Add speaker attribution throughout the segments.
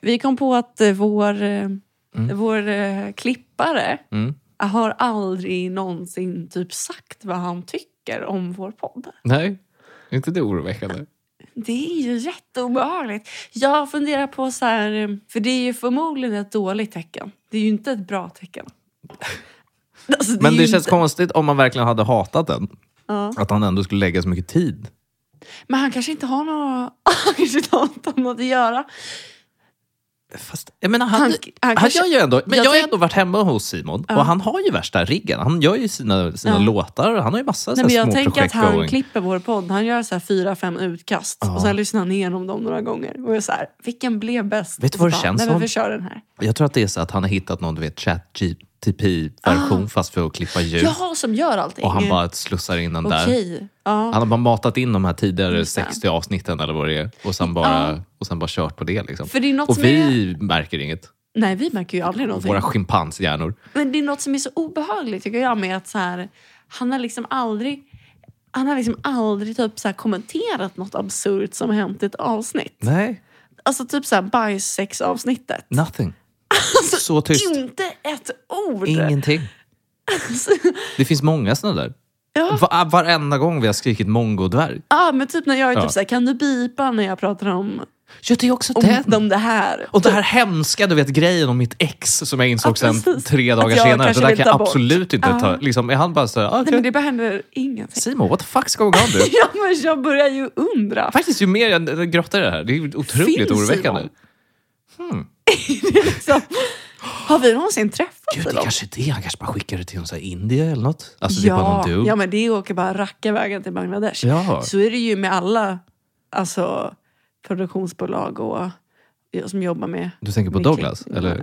Speaker 1: Vi kom på att eh, vår, eh, vår eh, klippare
Speaker 2: Mm.
Speaker 1: har aldrig någonsin typ sagt vad han tycker om vår podd.
Speaker 2: Nej, är inte det oroväckande?
Speaker 1: Det är ju jätteobehagligt. Jag funderar på så här, eh, för det är ju förmodligen ett dåligt tecken. Det är ju inte ett bra tecken. Alltså, är
Speaker 2: Men
Speaker 1: ju
Speaker 2: det känns
Speaker 1: inte-
Speaker 2: konstigt om man verkligen hade hatat den.
Speaker 1: Ja.
Speaker 2: Att han ändå skulle lägga så mycket tid.
Speaker 1: Men han kanske inte har något, han kanske inte har något att göra.
Speaker 2: Fast, jag menar, han,
Speaker 1: Han-
Speaker 2: han,
Speaker 1: han kanske-
Speaker 2: gör ju ändå... Men
Speaker 1: Jag
Speaker 2: jag, har
Speaker 1: tänk-
Speaker 2: ändå varit hemma hos Simon och han har ju värsta riggen. Han gör ju sina, sina
Speaker 1: Ja.
Speaker 2: låtar. Han har ju massa
Speaker 1: Nej,
Speaker 2: så
Speaker 1: men
Speaker 2: här
Speaker 1: jag
Speaker 2: små
Speaker 1: tänker att
Speaker 2: projekt
Speaker 1: han
Speaker 2: going.
Speaker 1: klipper vår podd. Han gör så här fyra, fem utkast
Speaker 2: Ja.
Speaker 1: och sen lyssnar han igenom dem några gånger. Och är så här, vilken blev bäst?
Speaker 2: Vet du vad
Speaker 1: Och
Speaker 2: det
Speaker 1: så bara,
Speaker 2: känns
Speaker 1: "Nej, men
Speaker 2: som?"
Speaker 1: Vi kör den här.
Speaker 2: Jag tror att det är så att han har hittat någon du vet,
Speaker 1: Ah.
Speaker 2: chat-GTP-version fast för att klippa ljud.
Speaker 1: Jaha, som gör allting.
Speaker 2: Och han bara slussar in den där.
Speaker 1: Okej. Ja.
Speaker 2: Han har bara matat in de här tidigare
Speaker 1: Just det.
Speaker 2: 60 avsnitten eller vad det är och sen bara, och sen bara kört på det. Liksom.
Speaker 1: För det är något
Speaker 2: och
Speaker 1: som
Speaker 2: vi märker inget.
Speaker 1: Nej, vi märker ju aldrig någonting.
Speaker 2: Våra schimpanshjärnor.
Speaker 1: Men det är något som är så obehagligt tycker jag med att så här, han har liksom aldrig han har liksom aldrig typ så här kommenterat något absurt som har hänt i ett avsnitt.
Speaker 2: Nej,
Speaker 1: Alltså typ så här bajssex-avsnittet.
Speaker 2: nothing.
Speaker 1: Alltså,
Speaker 2: Så tyst.
Speaker 1: Inte ett ord!
Speaker 2: Ingenting. Det finns många såna där.
Speaker 1: Ja.
Speaker 2: Va- varenda gång vi har skrikit mongodvärg.
Speaker 1: Ja, men typ när jag är
Speaker 2: Ja.
Speaker 1: typ så här, kan du bipa när jag pratar om,
Speaker 2: Ja, det är också
Speaker 1: om,
Speaker 2: den.
Speaker 1: om det här?
Speaker 2: Och det här hemska, du vet grejen om mitt ex som jag insåg
Speaker 1: Ja,
Speaker 2: sen
Speaker 1: precis.
Speaker 2: tre
Speaker 1: Att
Speaker 2: dagar
Speaker 1: jag
Speaker 2: senare. Det
Speaker 1: kanske
Speaker 2: där
Speaker 1: vill
Speaker 2: kan
Speaker 1: ta
Speaker 2: jag
Speaker 1: bort.
Speaker 2: absolut inte
Speaker 1: Ja.
Speaker 2: ta. Liksom, är han bara så här, ah,
Speaker 1: Nej, men det bara händer ingenting.
Speaker 2: Simon, what the fuck's going on dude?
Speaker 1: Ja, men jag börjar ju undra.
Speaker 2: Faktiskt, ju mer jag eh, grottar i det här, det är ju otroligt
Speaker 1: Finns
Speaker 2: oroväckande.
Speaker 1: Simon? Liksom, har vi någonsin träffat
Speaker 2: Gud, det
Speaker 1: honom?
Speaker 2: kanske är det. Han kanske bara skickar det till någon så här indier eller något. Alltså, det är bara
Speaker 1: Ja,
Speaker 2: någon dude.
Speaker 1: ja, men det åker bara racka vägen till Bangladesh.
Speaker 2: Ja.
Speaker 1: Så är det ju med alla alltså, produktionsbolag och ja, som jobbar med...
Speaker 2: Du tänker på
Speaker 1: med
Speaker 2: Douglas,
Speaker 1: klippning.
Speaker 2: eller?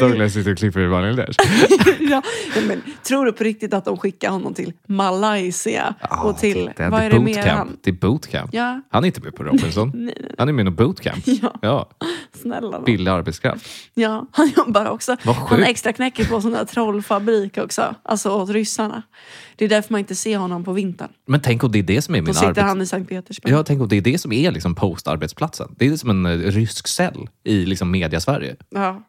Speaker 2: Douglas sitter och klipper i Bangladesh.
Speaker 1: ja, ja, men, tror du på riktigt att de skickar honom till Malaysia? och till...
Speaker 2: Ah, det,
Speaker 1: vad
Speaker 2: det
Speaker 1: är det mer
Speaker 2: bootcamp.
Speaker 1: han...
Speaker 2: Det är bootcamp.
Speaker 1: Ja,
Speaker 2: Han är inte med på Robinson. Han är med i bootcamp.
Speaker 1: Ja.
Speaker 2: Ja,
Speaker 1: snälla nån.
Speaker 2: billig arbetskraft.
Speaker 1: Ja, han jobbar också.
Speaker 2: Vad
Speaker 1: Han
Speaker 2: sjukt.
Speaker 1: extra knäcker på sån där trollfabrik också. Alltså åt ryssarna. Det är därför man inte ser honom på vintern.
Speaker 2: Men tänk om det är det som är
Speaker 1: Då
Speaker 2: min
Speaker 1: sitter
Speaker 2: arbets...
Speaker 1: han i Sankt Petersburg.
Speaker 2: Jag tänker om det är det som är liksom postarbetsplatsen. Det är som en eh, rysk cell i liksom media-Sverige.
Speaker 1: Ja.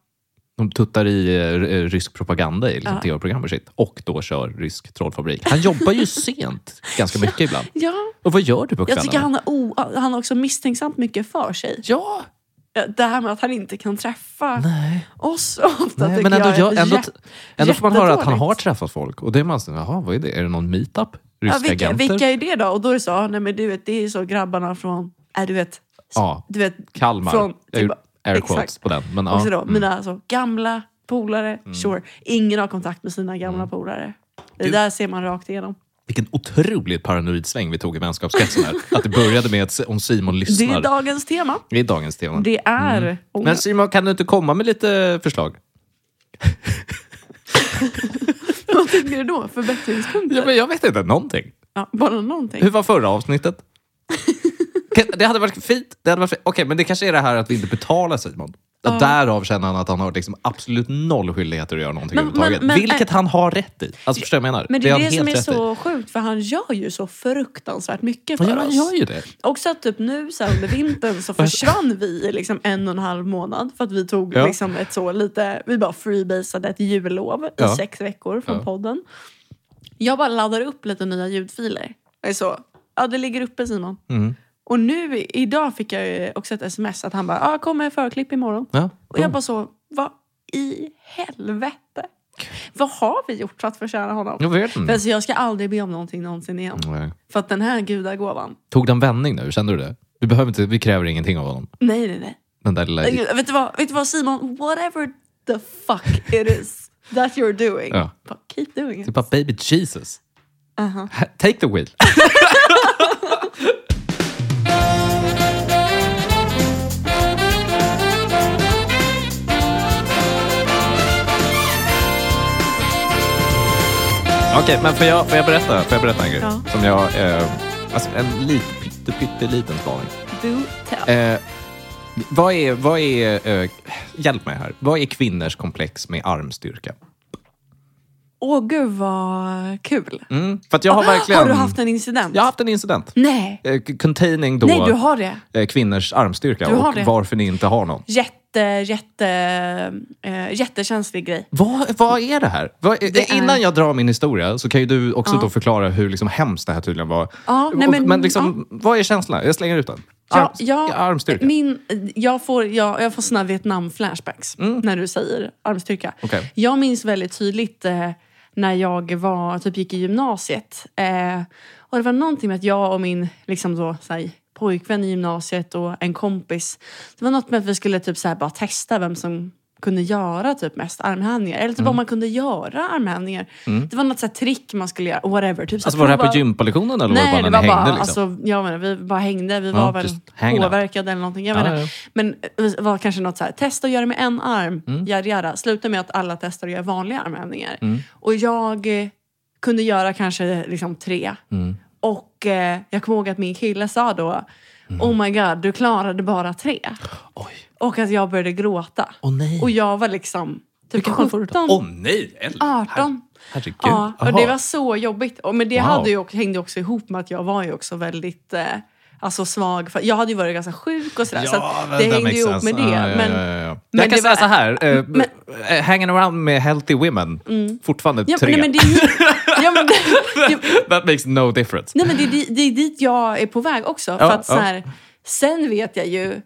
Speaker 2: De tuttar i eh, r- eh, rysk propaganda i liksom,
Speaker 1: Ja.
Speaker 2: tv-program och shit. Och då kör rysk trollfabrik. Han jobbar ju sent ganska mycket ibland.
Speaker 1: ja.
Speaker 2: Och vad gör du på kvällarna?
Speaker 1: Jag tycker han har, o- han har också misstänksamt mycket för sig.
Speaker 2: Ja!
Speaker 1: Det här med att han inte kan träffa
Speaker 2: Nej.
Speaker 1: oss ofta
Speaker 2: Nej
Speaker 1: tycker
Speaker 2: men ändå,
Speaker 1: jag är
Speaker 2: jag, ändå,
Speaker 1: jätte-
Speaker 2: ändå får man höra att han har
Speaker 1: jättedåligt.
Speaker 2: träffat folk. Och det är man så, jaha, vad är det? Är det någon meetup? Ryska
Speaker 1: ja, vilka,
Speaker 2: agenter?
Speaker 1: vilka är det då? Och då är det så, ah, nej men du vet, det är så grabbarna från, äh, du vet,
Speaker 2: Ja,
Speaker 1: du vet
Speaker 2: Kalmar.
Speaker 1: Från,
Speaker 2: jag gjorde
Speaker 1: typ-
Speaker 2: air
Speaker 1: exakt.
Speaker 2: quotes på den. Men,
Speaker 1: också då,
Speaker 2: ja. mm.
Speaker 1: mina så, gamla polare, sure. Ingen har kontakt med sina gamla polare. Det
Speaker 2: Mm. Du-
Speaker 1: där ser man rakt igenom.
Speaker 2: Vilken otroligt paranoid sväng vi tog i vänskapskretsen här. att det började med att se- om Simon
Speaker 1: Det
Speaker 2: lyssnar.
Speaker 1: är dagens tema.
Speaker 2: Det är dagens tema.
Speaker 1: Det är ångest.
Speaker 2: Mm. Men Simon, kan du inte komma med lite förslag?
Speaker 1: Vad tänker du då? Förbättringspunkter?
Speaker 2: Ja, men jag vet inte, någonting.
Speaker 1: Ja, bara någonting.
Speaker 2: Hur var förra avsnittet? Kan- det hade varit fint. Det hade varit fint. Okej, men det kanske är det här att vi inte betalar Simon. Att Därav känner han att han har liksom absolut noll skyldigheter att göra någonting
Speaker 1: Men-
Speaker 2: överhuvudtaget.
Speaker 1: men- men-
Speaker 2: Vilket han har rätt i. Alltså, förstår du vad jag menar?
Speaker 1: Men det är
Speaker 2: har
Speaker 1: det,
Speaker 2: han
Speaker 1: som är
Speaker 2: helt rätt i.
Speaker 1: så sjukt för han gör ju så fruktansvärt mycket för
Speaker 2: Ja, han
Speaker 1: oss.
Speaker 2: gör ju det.
Speaker 1: Också att typ nu så här, under vintern så försvann vi i liksom en och en halv månad för att vi tog
Speaker 2: Ja.
Speaker 1: liksom ett så lite, vi bara freebasade ett jullov i
Speaker 2: Ja.
Speaker 1: sex veckor från
Speaker 2: Ja.
Speaker 1: podden. Jag bara laddar upp lite nya ljudfiler. Jag är så, ja det ligger uppe Simon.
Speaker 2: Mm.
Speaker 1: Och nu i- idag fick jag ju också ett sms att han bara, ja ah, kommer förklipp imorgon.
Speaker 2: Ja, Mm.
Speaker 1: Och jag bara så, vad i helvete? Vad har vi gjort för att förtjäna honom?
Speaker 2: jag vet inte.
Speaker 1: För alltså, jag ska aldrig be om någonting någonsin igen.
Speaker 2: Nej.
Speaker 1: För att den här gudagåvan,
Speaker 2: Tog den vändning nu? Kände du det? Vi, behöver inte, vi kräver ingenting av honom.
Speaker 1: nej nej nej.
Speaker 2: Den där lilla...
Speaker 1: Nej, gud, Vet du, vad, vet du vad Simon, whatever the fuck it is that you're doing,
Speaker 2: Ja. Typ.
Speaker 1: bara keep doing it. Uh-huh.
Speaker 2: Det är bara baby Jesus. Take the wheel. Okej, men får jag, får jag berätta? Får jag berätta en grej?
Speaker 1: Ja.
Speaker 2: Som jag... Eh, alltså en liten, pytte, pytteliten spaning.
Speaker 1: Do tell.
Speaker 2: Eh, vad är... Vad är eh, hjälp mig här. Vad är kvinnors komplex med armstyrka?
Speaker 1: Åh, gud vad kul.
Speaker 2: Mm. För att jag har verkligen...
Speaker 1: Ah, Har du haft en incident?
Speaker 2: Jag har haft en incident.
Speaker 1: Nej.
Speaker 2: Eh, c- Containing då
Speaker 1: Nej, du har det.
Speaker 2: eh, kvinnors armstyrka
Speaker 1: Du har
Speaker 2: och
Speaker 1: det.
Speaker 2: varför ni inte har någon.
Speaker 1: Jätte, jätte, eh, jättekänslig grej.
Speaker 2: Vad, vad är det här? Vad, eh,
Speaker 1: Det är-
Speaker 2: Innan jag drar min historia så kan ju du också då förklara hur liksom hemskt det här tydligen var.
Speaker 1: Ja, nej,
Speaker 2: Och-
Speaker 1: men-
Speaker 2: liksom, vad är känslan? Jag slänger ut den.
Speaker 1: Ja,
Speaker 2: Arms,
Speaker 1: ja,
Speaker 2: armstyrka.
Speaker 1: Min, jag får, jag, jag får såna Vietnam-flashbacks när du säger armstyrka.
Speaker 2: Mm. Okej.
Speaker 1: Jag minns väldigt tydligt eh, när jag var, typ gick i gymnasiet. Eh, och Det var någonting med att jag och min liksom då, så här, pojkvän i gymnasiet och en kompis. Det var något med att vi skulle typ så här, bara testa vem som kunde göra typ mest armhävningar. Eller typ
Speaker 2: Mm.
Speaker 1: om man kunde göra armhävningar. Det var något så här, trick man skulle göra. Whatever. Typ, så
Speaker 2: Alltså var det här
Speaker 1: prova-
Speaker 2: på gympalektionen eller
Speaker 1: Nej,
Speaker 2: var det bara
Speaker 1: det
Speaker 2: när
Speaker 1: var
Speaker 2: ni
Speaker 1: bara,
Speaker 2: hängde? liksom?
Speaker 1: alltså, jag menar, vi bara hängde. Vi
Speaker 2: Ja,
Speaker 1: var väl
Speaker 2: just hanging out.
Speaker 1: påverkade eller någonting. Jag
Speaker 2: Ja,
Speaker 1: menar.
Speaker 2: ja.
Speaker 1: Men det var kanske något så här, testa att göra med en arm.
Speaker 2: Mm.
Speaker 1: Yada, yada. Sluta med att alla testar att göra vanliga armhävningar. Och jag eh, kunde göra kanske liksom tre.
Speaker 2: Mm.
Speaker 1: Och eh, jag kommer ihåg att min kille sa då,
Speaker 2: Mm.
Speaker 1: oh my god, du klarade bara tre.
Speaker 2: Oj.
Speaker 1: Och att jag började gråta.
Speaker 2: Åh nej.
Speaker 1: Och jag var liksom typ 17.
Speaker 2: Åh nej! Eller?
Speaker 1: 18.
Speaker 2: Herregud.
Speaker 1: Ja, och
Speaker 2: Aha.
Speaker 1: det var så jobbigt. Och- Men det
Speaker 2: Wow.
Speaker 1: hade ju, också- hängde ju också ihop med att jag var ju också väldigt eh, alltså svag. För jag hade ju varit ganska sjuk och sådär. så att
Speaker 2: men
Speaker 1: det
Speaker 2: that
Speaker 1: hängde
Speaker 2: makes
Speaker 1: ju ihop
Speaker 2: sense.
Speaker 1: med det.
Speaker 2: Ja, ja,
Speaker 1: men,
Speaker 2: ja, ja, ja.
Speaker 1: men
Speaker 2: jag kan
Speaker 1: det
Speaker 2: säga
Speaker 1: var-
Speaker 2: så här. eh, eh, hanging around med healthy women. Fortfarande
Speaker 1: Mm. Ja,
Speaker 2: tre.
Speaker 1: nej, men det är ju, ja, men, det, det,
Speaker 2: That makes no difference.
Speaker 1: nej, men det, är di- det är dit jag är på väg också. för att,
Speaker 2: ja.
Speaker 1: så här, sen vet jag ju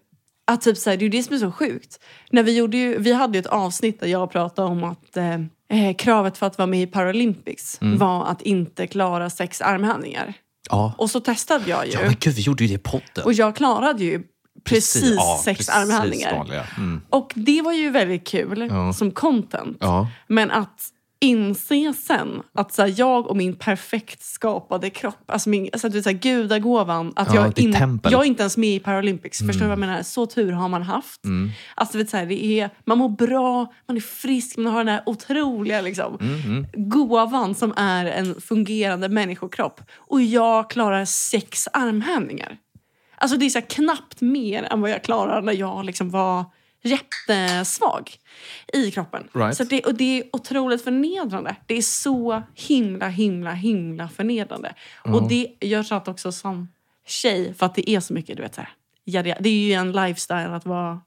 Speaker 1: att typ, så här, det är ju det som är så sjukt. När vi, gjorde ju, vi hade ju ett avsnitt där jag pratade om att eh, eh, kravet för att vara med i Paralympics
Speaker 2: Mm.
Speaker 1: var att inte klara sex armhävningar.
Speaker 2: Ja.
Speaker 1: Och så testade jag ju.
Speaker 2: ja, men gud vi gjorde ju det i podden.
Speaker 1: Och jag klarade ju precis,
Speaker 2: ja,
Speaker 1: sex
Speaker 2: precis
Speaker 1: armhävningar.
Speaker 2: vanliga. Mm.
Speaker 1: Och det var ju väldigt kul
Speaker 2: Ja.
Speaker 1: som content.
Speaker 2: Ja.
Speaker 1: Men att inse sen att så här, jag och min perfekt skapade kropp, alltså min alltså, du vet, så här, gudagåvan, att
Speaker 2: Ja,
Speaker 1: jag,
Speaker 2: ditt tempel. Mm.
Speaker 1: jag är inte ens med i Paralympics. Förstår du vad jag menar? Så tur har man haft. Alltså, du vet, så här, det är, man mår bra, man är frisk, man har den här otroliga liksom,
Speaker 2: Mm,
Speaker 1: gåvan som är en fungerande människokropp. Och jag klarar sex armhävningar. Alltså det är så här knappt mer än vad jag klarar när jag liksom var jättesvag i kroppen.
Speaker 2: Right.
Speaker 1: Så att det, och det är otroligt förnedrande. Det är så himla, himla, himla förnedrande. Och det gör så att också som tjej, för att det är så mycket, du vet så här. Ja, det- Det är ju en lifestyle att vara,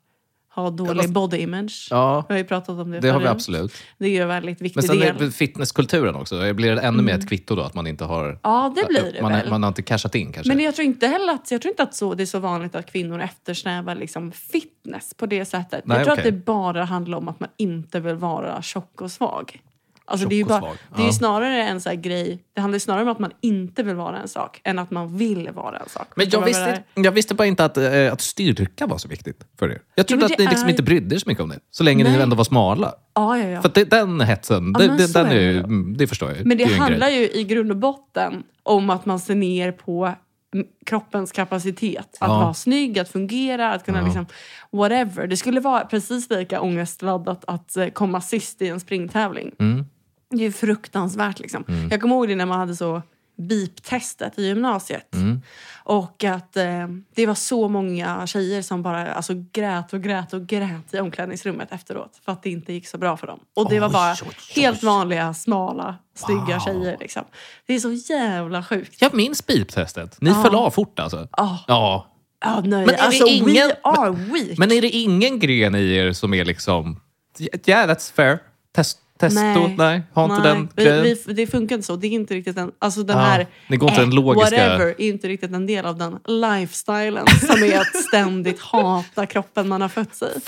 Speaker 1: ha dålig body image.
Speaker 2: Ja.
Speaker 1: Vi har ju pratat om det
Speaker 2: Det har vi
Speaker 1: förut.
Speaker 2: absolut.
Speaker 1: Det är ju en väldigt viktig
Speaker 2: Men sen är
Speaker 1: del.
Speaker 2: det fitnesskulturen också. Det Blir det ännu mer ett kvitto då att man inte har...
Speaker 1: Ja, det blir det
Speaker 2: man,
Speaker 1: väl.
Speaker 2: man har inte cashat in kanske.
Speaker 1: Men jag tror inte heller att, jag tror inte att så, det är så vanligt att kvinnor eftersträvar liksom fitness på det sättet.
Speaker 2: Nej,
Speaker 1: jag tror
Speaker 2: okej.
Speaker 1: att det bara handlar om att man inte vill vara tjock och svag. Alltså det är ju,
Speaker 2: Tjock och
Speaker 1: bara,
Speaker 2: svag,
Speaker 1: det är ju
Speaker 2: ja.
Speaker 1: snarare en sån här grej, det handlar ju snarare om att man inte vill vara en sak än att man vill vara en sak.
Speaker 2: Men
Speaker 1: Förstår
Speaker 2: jag
Speaker 1: du vad menar?
Speaker 2: visste, jag visste bara inte att, eh, att styrka var så viktigt för er. Jag trodde
Speaker 1: men
Speaker 2: att
Speaker 1: det
Speaker 2: ni liksom
Speaker 1: är-
Speaker 2: inte brydde er så mycket om det. Så länge ni
Speaker 1: Nej.
Speaker 2: ändå var smala.
Speaker 1: Ja, ja, ja.
Speaker 2: För att det, den hetsen,
Speaker 1: Ja,
Speaker 2: det,
Speaker 1: men
Speaker 2: det,
Speaker 1: så
Speaker 2: den är
Speaker 1: är det
Speaker 2: ju,
Speaker 1: då.
Speaker 2: mm, det förstår jag.
Speaker 1: Men det
Speaker 2: är ju en
Speaker 1: handlar
Speaker 2: grej.
Speaker 1: ju i grund och botten om att man ser ner på mm, kroppens kapacitet. Att
Speaker 2: Ja.
Speaker 1: vara snygg, att fungera, att kunna
Speaker 2: Ja.
Speaker 1: liksom whatever. Det skulle vara precis lika ångestladdat att eh, komma sist i en springtävling.
Speaker 2: Mm.
Speaker 1: Det är ju fruktansvärt liksom. Jag kommer ihåg det när man hade så beep-testet i gymnasiet.
Speaker 2: Mm.
Speaker 1: Och att eh, det var så många tjejer som bara alltså, grät och grät och grät i omklädningsrummet efteråt för att det inte gick så bra för dem. Och det var
Speaker 2: Oj,
Speaker 1: bara
Speaker 2: oj, oj.
Speaker 1: helt vanliga, smala, snygga
Speaker 2: Wow.
Speaker 1: tjejer. Liksom. Det är så jävla sjukt.
Speaker 2: Jag minns beep-testet. Ni föll av fort alltså.
Speaker 1: Ja.
Speaker 2: Ja.
Speaker 1: Ja, nej.
Speaker 2: Men är det
Speaker 1: alltså,
Speaker 2: ingen-
Speaker 1: we are weak.
Speaker 2: Men är det ingen gren i er som är liksom... Yeah, that's fair. Test, testo? Nej. Har inte
Speaker 1: Nej,
Speaker 2: den grejen?
Speaker 1: vi, vi, Det funkar inte så. Det är inte riktigt en, alltså den
Speaker 2: Ja,
Speaker 1: här... eh,
Speaker 2: det går inte den logiska-
Speaker 1: Whatever är inte riktigt en del av den lifestylen som är att ständigt hata kroppen man har fött sig i.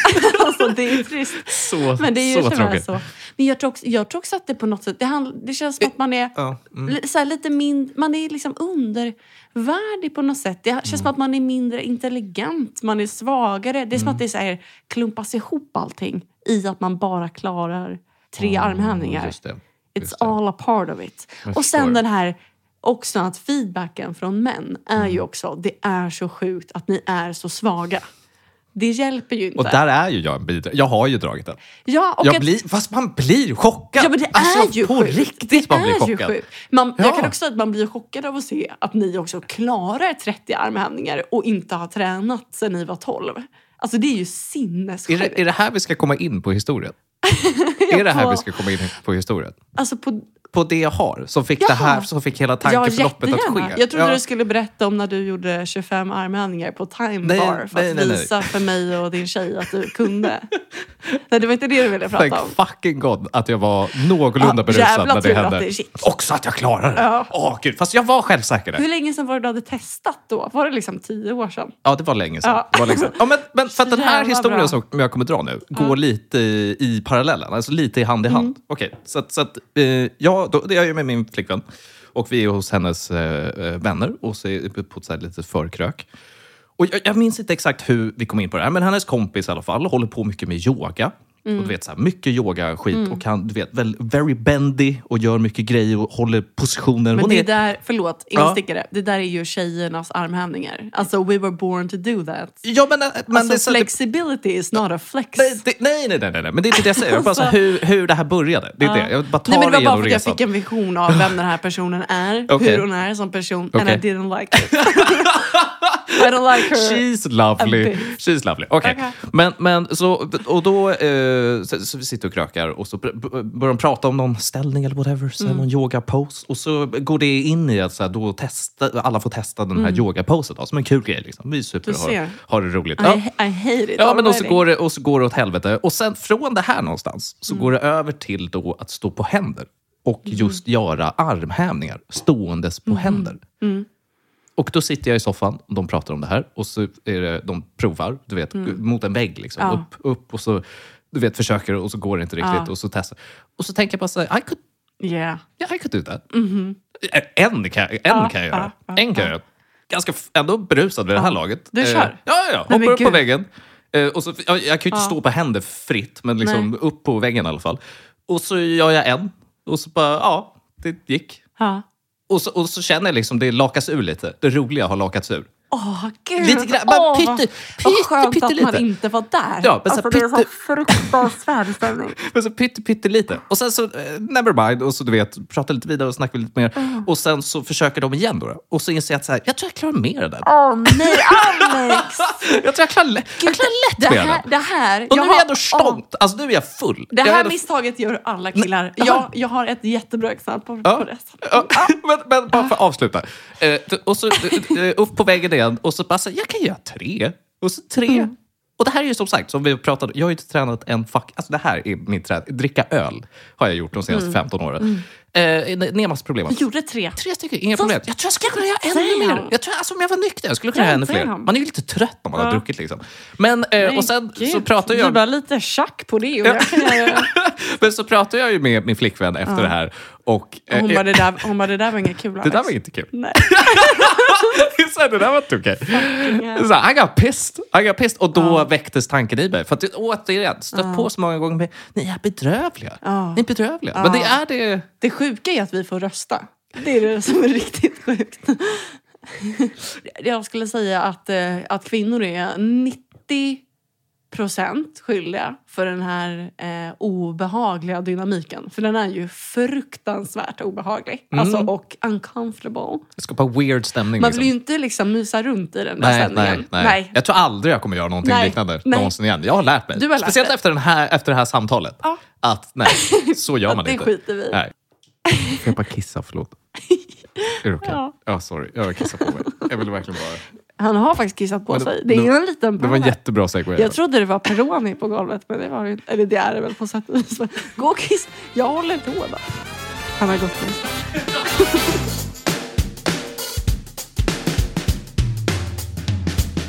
Speaker 1: alltså det är trist.
Speaker 2: Så,
Speaker 1: Men det är ju
Speaker 2: så
Speaker 1: tyvärr
Speaker 2: tråkigt.
Speaker 1: så. Men jag tror, också, jag tror också att det på något sätt... Det, handl, det känns som att man är...
Speaker 2: Ja, mm.
Speaker 1: li- Så här, lite mindre, man är liksom undervärdig på något sätt. Det känns
Speaker 2: Mm.
Speaker 1: som att man är mindre intelligent, man är svagare. Det är som
Speaker 2: Mm.
Speaker 1: att det är så här, klumpas ihop allting i att man bara klarar tre armhävningar.
Speaker 2: Mm, Just det.
Speaker 1: It's
Speaker 2: Just det.
Speaker 1: all a part of it.
Speaker 2: Jag
Speaker 1: och sen
Speaker 2: förstår.
Speaker 1: den här också att feedbacken från män är
Speaker 2: Mm.
Speaker 1: ju också det är så sjukt att ni är så svaga. Det hjälper ju inte.
Speaker 2: Och där är ju jag en bidrag. Jag har ju dragit den.
Speaker 1: ja, och
Speaker 2: Jag
Speaker 1: att-
Speaker 2: blir, fast man blir chockad!
Speaker 1: Ja, men det är
Speaker 2: alltså,
Speaker 1: ju
Speaker 2: på
Speaker 1: sjukt.
Speaker 2: riktigt
Speaker 1: det
Speaker 2: man blir
Speaker 1: är ju
Speaker 2: chockad.
Speaker 1: sjukt. Man,
Speaker 2: Ja.
Speaker 1: Jag kan också säga att man blir chockad av att se att ni också klarar 30 armhävningar och inte har tränat sedan ni var 12. Alltså det är ju
Speaker 2: Är
Speaker 1: sinnessjukt.
Speaker 2: det, är det här vi ska komma in på historien? Är det här
Speaker 1: på-
Speaker 2: vi ska komma in på historien?
Speaker 1: Alltså på,
Speaker 2: På det jag har, som fick, det
Speaker 1: Ja.
Speaker 2: här, som fick hela
Speaker 1: ja,
Speaker 2: tankeförloppet att ske.
Speaker 1: jättegärna. Jag trodde
Speaker 2: Ja.
Speaker 1: du skulle berätta om när du gjorde 25 armhävningar på Time
Speaker 2: Nej,
Speaker 1: Bar för
Speaker 2: nej,
Speaker 1: att
Speaker 2: nej, nej.
Speaker 1: visa för mig och din tjej att du kunde. nej, det var inte det du ville
Speaker 2: Thank
Speaker 1: prata om.
Speaker 2: fucking god att jag var någorlunda
Speaker 1: Ja,
Speaker 2: berusad
Speaker 1: jävla
Speaker 2: när det
Speaker 1: tur att
Speaker 2: hände.
Speaker 1: det är shit.
Speaker 2: Också att jag klarade det.
Speaker 1: Ja.
Speaker 2: Åh, gud. Fast jag var självsäker. där.
Speaker 1: Hur länge sedan var det du hade testat då? Var det liksom tio år sedan?
Speaker 2: Ja, det var länge sedan.
Speaker 1: Ja.
Speaker 2: Det var länge sedan. Ja, men, men för att den här
Speaker 1: Jävla
Speaker 2: historien
Speaker 1: bra.
Speaker 2: som jag kommer dra nu går lite i, i parallellen, alltså lite i hand i hand.
Speaker 1: Mm.
Speaker 2: Okej, så, att- så att eh, jag, då, det är jag med min flickvän och vi är hos hennes eh, eh, vänner och så är vi på ett så här litet förkrök. Och jag, jag minns inte exakt hur vi kom in på det här, men hennes kompis i alla fall håller på mycket med yoga.
Speaker 1: Mm.
Speaker 2: Och du vet, så här, mycket yoga-skit och han, du vet, väl, very bendy och gör mycket grejer och håller positioner.
Speaker 1: Men
Speaker 2: Hon
Speaker 1: det
Speaker 2: är-
Speaker 1: där, förlåt,
Speaker 2: Ja.
Speaker 1: instickare. Det där är ju tjejernas armhävningar. Alltså, we were born to do that.
Speaker 2: Ja, men, eh, men det är
Speaker 1: alltså,
Speaker 2: så- typ- det-
Speaker 1: flexibility is not a flex.
Speaker 2: Nej, det, nej, nej, nej, nej, nej, men det är inte det jag säger. Jag bara så, här,
Speaker 1: Alltså.
Speaker 2: hur, hur det här började. Det är det. Jag bara tar
Speaker 1: Nej, men det var bara
Speaker 2: igenom
Speaker 1: för att jag
Speaker 2: resan.
Speaker 1: fick en vision av vem den här personen är,
Speaker 2: Okej.
Speaker 1: hur hon är som person, and
Speaker 2: Okej.
Speaker 1: I didn't like it. I don't like her.
Speaker 2: She's lovely.
Speaker 1: A bitch.
Speaker 2: She's lovely. Okej.
Speaker 1: Okej.
Speaker 2: Men, men så, och då eh, så, så vi sitter och krökar och så pr- pr- börjar de prata om någon ställning eller whatever, så
Speaker 1: Mm.
Speaker 2: här, någon yoga pose. Och så går det in i att så här, då testa, alla får testa den här yoga posen då, som en kul grej. Liksom. Vi
Speaker 1: Mm.
Speaker 2: super
Speaker 1: Du
Speaker 2: och har,
Speaker 1: ser.
Speaker 2: har det roligt. Ja.
Speaker 1: I, I hate it
Speaker 2: Ja, men och så,
Speaker 1: already.
Speaker 2: går det, och så går det åt helvete. Och sen från det här någonstans så
Speaker 1: Mm.
Speaker 2: går det över till då att stå på händer och just göra armhävningar ståendes
Speaker 1: Mm.
Speaker 2: på händer. Och då sitter jag i soffan och de pratar om det här och så är det, de provar, du vet, mot en vägg. Liksom.
Speaker 1: Mm. Ja.
Speaker 2: Upp, upp och så du vet, försöker och så går det inte riktigt
Speaker 1: Ja.
Speaker 2: och så testar. Och så tänker jag bara så här, I could,
Speaker 1: Yeah.
Speaker 2: yeah, I could do that. En, kan, en kan jag göra.
Speaker 1: Mm-hmm. ja,
Speaker 2: en kan jag göra. Ganska f- ändå berusad vid det här laget.
Speaker 1: Du
Speaker 2: Eh,
Speaker 1: kör.
Speaker 2: Ja, ja, ja.
Speaker 1: Nej,
Speaker 2: Hoppar
Speaker 1: men
Speaker 2: upp på
Speaker 1: gud.
Speaker 2: väggen. Eh, och så, jag, jag kan ju inte stå på händer fritt, men liksom upp på väggen i alla fall. Och så gör jag en. Och så bara, ja, det gick.
Speaker 1: Ja.
Speaker 2: Och så, och så känner jag liksom det lakas ur lite. Det roliga har lakats ur.
Speaker 1: Åh, gud.
Speaker 2: Lite grann, bara
Speaker 1: Mm. Åh,
Speaker 2: pytte-
Speaker 1: vad-
Speaker 2: pytte-
Speaker 1: Vad skönt att
Speaker 2: pyttelite.
Speaker 1: man inte var där.
Speaker 2: Ja, men så
Speaker 1: alltså,
Speaker 2: här
Speaker 1: det är så
Speaker 2: pytte-
Speaker 1: fruktansvärd stämning.
Speaker 2: Men så pytte, pyttelite. Och sen så, eh, never mind. Och så du vet, pratar lite vidare och snackar lite mer.
Speaker 1: Mm.
Speaker 2: Och sen så försöker de igen då. då. Och så inser jag att så här, jag tror jag klarar mer det där.
Speaker 1: Åh nej, Alex!
Speaker 2: Jag tror jag klarar, lä- jag klarar
Speaker 1: det
Speaker 2: lätt med
Speaker 1: här,
Speaker 2: det.
Speaker 1: det här,
Speaker 2: Och nu
Speaker 1: jag
Speaker 2: är
Speaker 1: har-
Speaker 2: jag ändå
Speaker 1: åh,
Speaker 2: stolt. Alltså nu är jag full.
Speaker 1: Det
Speaker 2: jag är
Speaker 1: här
Speaker 2: ändå
Speaker 1: misstaget gör alla killar.
Speaker 2: jag har-
Speaker 1: Jag, jag har ett jättebra exempel på det.
Speaker 2: Ja, men, men
Speaker 1: Ah.
Speaker 2: bara för att avsluta. Eh, och så eh, upp på väggen igen och så bara så, här, jag kan göra tre. Och så tre.
Speaker 1: Mm.
Speaker 2: Och det här är ju som sagt, som vi pratade, jag har ju inte tränat en fuck... Alltså det här är min träning. Dricka öl har jag gjort de senaste 15 åren. Mm. Eh, Nemas problem.
Speaker 1: Jag gjorde tre.
Speaker 2: Tre stycken, inga problem. Jag tror jag skulle kunna göra ännu
Speaker 1: Damn.
Speaker 2: mer. Jag tror, alltså, om jag var nykter jag skulle kunna göra ännu fler.
Speaker 1: Damn.
Speaker 2: Man är ju lite trött när man har
Speaker 1: Ja.
Speaker 2: druckit. liksom. Men, eh, och sen så pratar jag...
Speaker 1: Du bara lite tjack på det. Och jag kan göra-
Speaker 2: Men så pratar jag ju med min flickvän efter det här. Och, eh,
Speaker 1: hon, bara, det där, hon bara, det där var inget kul
Speaker 2: det
Speaker 1: Alex.
Speaker 2: där var inte kul.
Speaker 1: Nej.
Speaker 2: så här, det där var inte okej.
Speaker 1: hell.
Speaker 2: Så här, I got pissed. I got pissed. Och då väcktes tanken i mig. För att det- återigen, stött på så många gånger med ni är bedrövliga.
Speaker 1: Ja.
Speaker 2: Ni är bedrövliga. Men det är det...
Speaker 1: Det sjuka är att vi får rösta. Det är det som är riktigt sjukt. Jag skulle säga att, eh, att kvinnor är 90 procent skyldiga för den här eh, obehagliga dynamiken. För den är ju fruktansvärt obehaglig.
Speaker 2: Mm.
Speaker 1: Alltså, och uncomfortable.
Speaker 2: Det skapar weird stämning.
Speaker 1: Man vill ju
Speaker 2: liksom.
Speaker 1: inte liksom mysa runt i den där
Speaker 2: Nej,
Speaker 1: sändningen.
Speaker 2: nej, nej, Jag tror aldrig jag kommer göra någonting
Speaker 1: Nej,
Speaker 2: liknande
Speaker 1: nej.
Speaker 2: någonsin igen. Jag har lärt mig.
Speaker 1: Du har lärt
Speaker 2: Speciellt
Speaker 1: dig.
Speaker 2: efter, den här, efter det här samtalet.
Speaker 1: Ja.
Speaker 2: Att nej, så gör
Speaker 1: Att
Speaker 2: man
Speaker 1: det
Speaker 2: inte.
Speaker 1: skiter vi i.
Speaker 2: Nej. Får jag bara kissa? Förlåt. Är det okej? Ja.
Speaker 1: Ja.
Speaker 2: sorry. Jag kissade på mig. Jag ville verkligen bara...
Speaker 1: Han har faktiskt kissat på
Speaker 2: Men det-
Speaker 1: sig. Det
Speaker 2: det
Speaker 1: är
Speaker 2: var-
Speaker 1: en liten
Speaker 2: Det var en
Speaker 1: pärla.
Speaker 2: jättebra segway.
Speaker 1: Jag trodde det var Peroni på golvet, men det var det inte. Eller det är det väl på sätt och vis. Men Gå och kiss. Jag håller låda. Han har gått nu.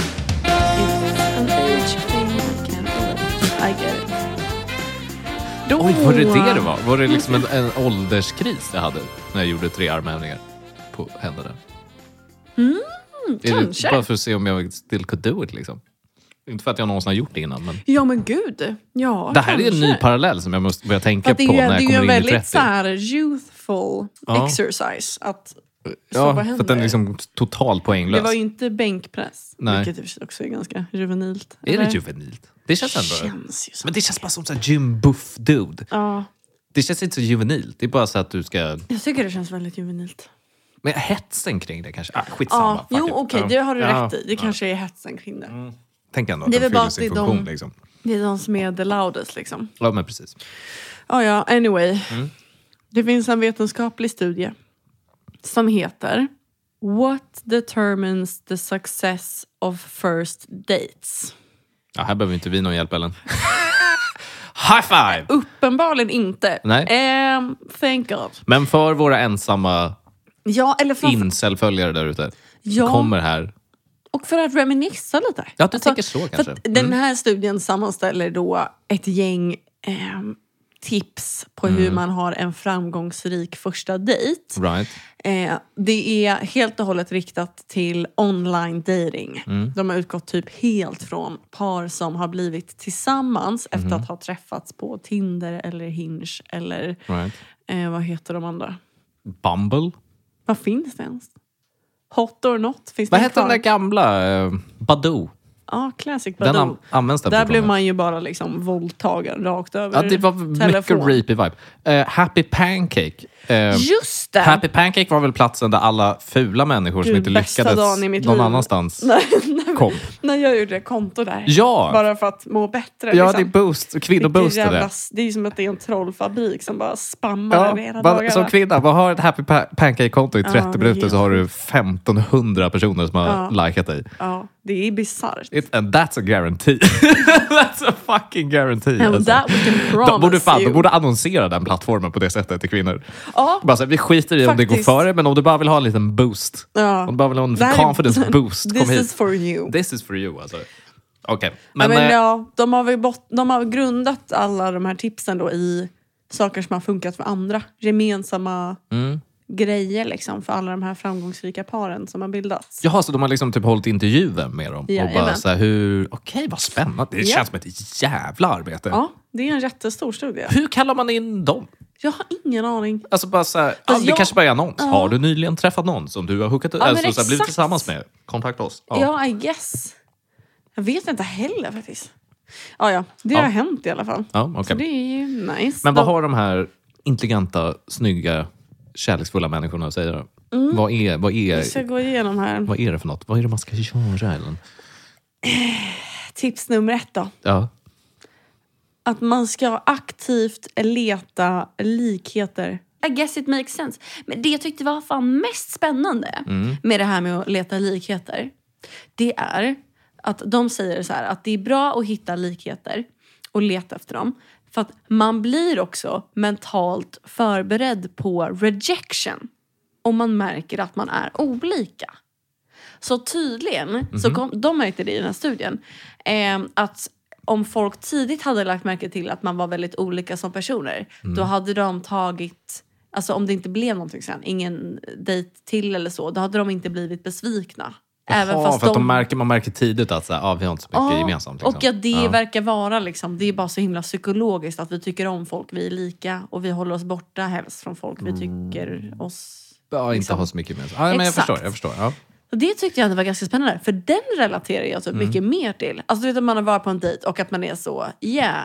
Speaker 1: It's an age thing I can't relate. I get it. Då-
Speaker 2: Oj, var det det det var? Var det liksom en, en ålderskris jag hade när jag gjorde tre armhävningar på händerna? Mm,
Speaker 1: kanske.
Speaker 2: Bara för att se om jag still could do it liksom. Inte för att jag någonsin har gjort det innan, men
Speaker 1: Ja, men gud. Ja,
Speaker 2: det här är en
Speaker 1: kanske.
Speaker 2: ny parallell som jag måste börja tänka
Speaker 1: Att
Speaker 2: på
Speaker 1: det är ju,
Speaker 2: när
Speaker 1: det är
Speaker 2: jag
Speaker 1: ju en
Speaker 2: kommer in i 30.
Speaker 1: väldigt så här youthful
Speaker 2: Ja.
Speaker 1: exercise. Att slå
Speaker 2: ja,
Speaker 1: på
Speaker 2: för
Speaker 1: händer.
Speaker 2: att den är liksom totalt poänglös.
Speaker 1: Det var ju inte bänkpress,
Speaker 2: Nej.
Speaker 1: vilket i och för sig också är ganska juvenilt.
Speaker 2: Är det
Speaker 1: eller?
Speaker 2: juvenilt? Det känns ändå...
Speaker 1: Känns ju så.
Speaker 2: Men det känns bara som en gymbuff-dude.
Speaker 1: Ja,
Speaker 2: Det känns inte så juvenilt. Det är bara så att du ska...
Speaker 1: jag tycker det känns väldigt juvenilt.
Speaker 2: Men hetsen kring det kanske... Ah, skitsamma.
Speaker 1: Ja,
Speaker 2: fuck
Speaker 1: jo
Speaker 2: it.
Speaker 1: okej,
Speaker 2: Ja.
Speaker 1: det har du
Speaker 2: Ja. Mm.
Speaker 1: rätt i. Det kanske är hetsen kring det.
Speaker 2: Tänk ändå
Speaker 1: Det
Speaker 2: att
Speaker 1: är
Speaker 2: den
Speaker 1: väl bara
Speaker 2: fyller
Speaker 1: att det
Speaker 2: sin
Speaker 1: är
Speaker 2: funktion.
Speaker 1: de-
Speaker 2: Liksom.
Speaker 1: Det är de som är the loudest liksom.
Speaker 2: Ja, men precis.
Speaker 1: Ja, ja, anyway.
Speaker 2: Mm.
Speaker 1: Det finns en vetenskaplig studie som heter What determines the success of first dates?
Speaker 2: Ja, här behöver inte vi någon hjälp, Ellen. High five!
Speaker 1: Uppenbarligen inte.
Speaker 2: Nej.
Speaker 1: Ehm, thank God.
Speaker 2: Men för våra ensamma
Speaker 1: Ja, eller för,
Speaker 2: incel-följare där ute,
Speaker 1: Ja.
Speaker 2: kommer här.
Speaker 1: och för att reminissa lite. Alltså,
Speaker 2: Ja, du tänker så
Speaker 1: för
Speaker 2: kanske. Mm.
Speaker 1: att Den här studien sammanställer då ett gäng ehm, tips på
Speaker 2: Mm.
Speaker 1: hur man har en framgångsrik första dejt.
Speaker 2: Right.
Speaker 1: Eh, det är helt och hållet riktat till online dating.
Speaker 2: Mm.
Speaker 1: De har utgått typ helt från par som har blivit tillsammans
Speaker 2: Mm.
Speaker 1: efter att ha träffats på Tinder eller Hinge eller
Speaker 2: right.
Speaker 1: eh, vad heter de andra?
Speaker 2: Bumble?
Speaker 1: Vad finns det ens? Hot or not? Finns
Speaker 2: Vad
Speaker 1: det
Speaker 2: hette den där gamla? Eh, Badoo.
Speaker 1: Ja, classic
Speaker 2: Den
Speaker 1: Badoo.
Speaker 2: an- används
Speaker 1: Där
Speaker 2: fortfarande.
Speaker 1: blev man ju bara liksom våldtagen rakt över
Speaker 2: Ja, det var mycket
Speaker 1: Mm. telefon.
Speaker 2: rapey vibe. Eh, Happy Pancake. Eh,
Speaker 1: Just det!
Speaker 2: Happy Pancake var väl platsen där alla fula människor som
Speaker 1: Gud,
Speaker 2: inte
Speaker 1: bästa
Speaker 2: lyckades
Speaker 1: dagen i mitt
Speaker 2: någon
Speaker 1: liv.
Speaker 2: annanstans
Speaker 1: Nej, nej,
Speaker 2: kom.
Speaker 1: När jag gjorde konto där.
Speaker 2: Ja.
Speaker 1: Bara för att må bättre.
Speaker 2: Ja, det är
Speaker 1: liksom.
Speaker 2: boost. Kvinnoboost
Speaker 1: Vilken
Speaker 2: är
Speaker 1: jävla,
Speaker 2: det.
Speaker 1: s- det är ju som att det är en trollfabrik som bara spammar
Speaker 2: Ja,
Speaker 1: över hela
Speaker 2: man,
Speaker 1: dagarna.
Speaker 2: som kvinna, man har ett Happy pa- Pancake-konto i 30
Speaker 1: det är
Speaker 2: minuter
Speaker 1: helt
Speaker 2: så har du 1500 personer som har
Speaker 1: Ja.
Speaker 2: likat dig.
Speaker 1: ja, det är bisarrt.
Speaker 2: It, and that's a guarantee. that's a fucking guarantee.
Speaker 1: And
Speaker 2: alltså.
Speaker 1: that we can promise
Speaker 2: De borde, fan, de
Speaker 1: you.
Speaker 2: borde annonsera den plattformen på det sättet till kvinnor.
Speaker 1: Ja,
Speaker 2: Bara så här, vi skiter i om det går
Speaker 1: Faktiskt.
Speaker 2: före, men om du bara vill ha en liten boost.
Speaker 1: Ja.
Speaker 2: Om du bara vill ha en
Speaker 1: det här är-
Speaker 2: confidence boost, kom
Speaker 1: This
Speaker 2: hit.
Speaker 1: is for you.
Speaker 2: This is for you alltså. Okej,
Speaker 1: Men,
Speaker 2: men, eh,
Speaker 1: ja, de, har väl bott, de har grundat alla de här tipsen då i saker som har funkat för andra. Gemensamma
Speaker 2: Mm.
Speaker 1: grejer liksom för alla de här framgångsrika paren som har bildats.
Speaker 2: jaha, så de har liksom typ hållit intervjuer med dem? och bara
Speaker 1: Jajamän.
Speaker 2: så här, hur, okej vad spännande. Det
Speaker 1: Ja.
Speaker 2: känns som ett jävla arbete.
Speaker 1: Ja, det är en jättestor studie.
Speaker 2: Hur kallar man in dem?
Speaker 1: Jag har ingen aning.
Speaker 2: Alltså bara så här, ja,
Speaker 1: Fast
Speaker 2: det
Speaker 1: jag-
Speaker 2: kanske bara är annons. Har du nyligen träffat någon som du har hookat
Speaker 1: men
Speaker 2: alltså, så här, blivit
Speaker 1: exakt.
Speaker 2: tillsammans med? Kontakta oss.
Speaker 1: Ja, I guess. Jag vet inte heller faktiskt. Ja, ja. Det har hänt i alla fall.
Speaker 2: Ja, okej.
Speaker 1: Så det är ju nice.
Speaker 2: Men vad
Speaker 1: De-
Speaker 2: har de här intelligenta, snygga, kärleksfulla människorna att säga? då?
Speaker 1: Mm.
Speaker 2: Vad, är, vad,
Speaker 1: Vi ska
Speaker 2: är,
Speaker 1: gå igenom här.
Speaker 2: vad är det för något? Vad är det man ska göra, Ellen?
Speaker 1: Tips nummer ett då.
Speaker 2: Ja.
Speaker 1: Att man ska aktivt leta likheter. I guess it makes sense. Men det jag tyckte var fan mest spännande med det här med att leta likheter. Det är att de säger så här att det är bra att hitta likheter och leta efter dem. För att man blir också mentalt förberedd på rejection. Om man märker att man är olika. Så tydligen,
Speaker 2: Mhm.
Speaker 1: så kom, de märkte det i den här studien, eh, att om folk tidigt hade lagt märke till att man var väldigt olika som personer,
Speaker 2: Mm.
Speaker 1: då hade de tagit, alltså om det inte blev någonting sen, ingen dejt till eller så, då hade de inte blivit besvikna.
Speaker 2: Jaha, för att de märker, man märker tidigt att så här, ah, vi har inte så mycket
Speaker 1: Ja,
Speaker 2: gemensamt. Liksom.
Speaker 1: Och att det verkar vara liksom, det är bara så himla psykologiskt att vi tycker om folk vi är lika och vi håller oss borta helst från folk vi
Speaker 2: Mm.
Speaker 1: tycker oss...
Speaker 2: ja, inte
Speaker 1: liksom.
Speaker 2: ha så mycket gemensamt. Ah, men jag
Speaker 1: Exakt.
Speaker 2: förstår. Jag förstår ja.
Speaker 1: Och det tyckte jag ändå var ganska spännande, för den relaterar jag
Speaker 2: Mm.
Speaker 1: typ mycket mer till. Alltså du vet att man har varit på en dejt och att man är så, yeah.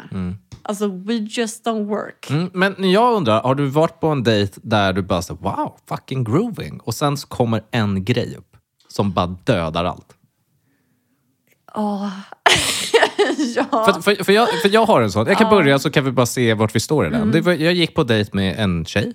Speaker 1: Alltså we just don't work.
Speaker 2: mm, men jag undrar, har du varit på en dejt där du bara så här, wow, fucking grooving. Och sen så kommer en grej upp som bara dödar allt.
Speaker 1: ja.
Speaker 2: För, att- för, för, jag, för jag har en sån. Jag kan börja så kan vi bara se vart vi står i
Speaker 1: Mm.
Speaker 2: den. Det var, jag gick på dejt med en tjej.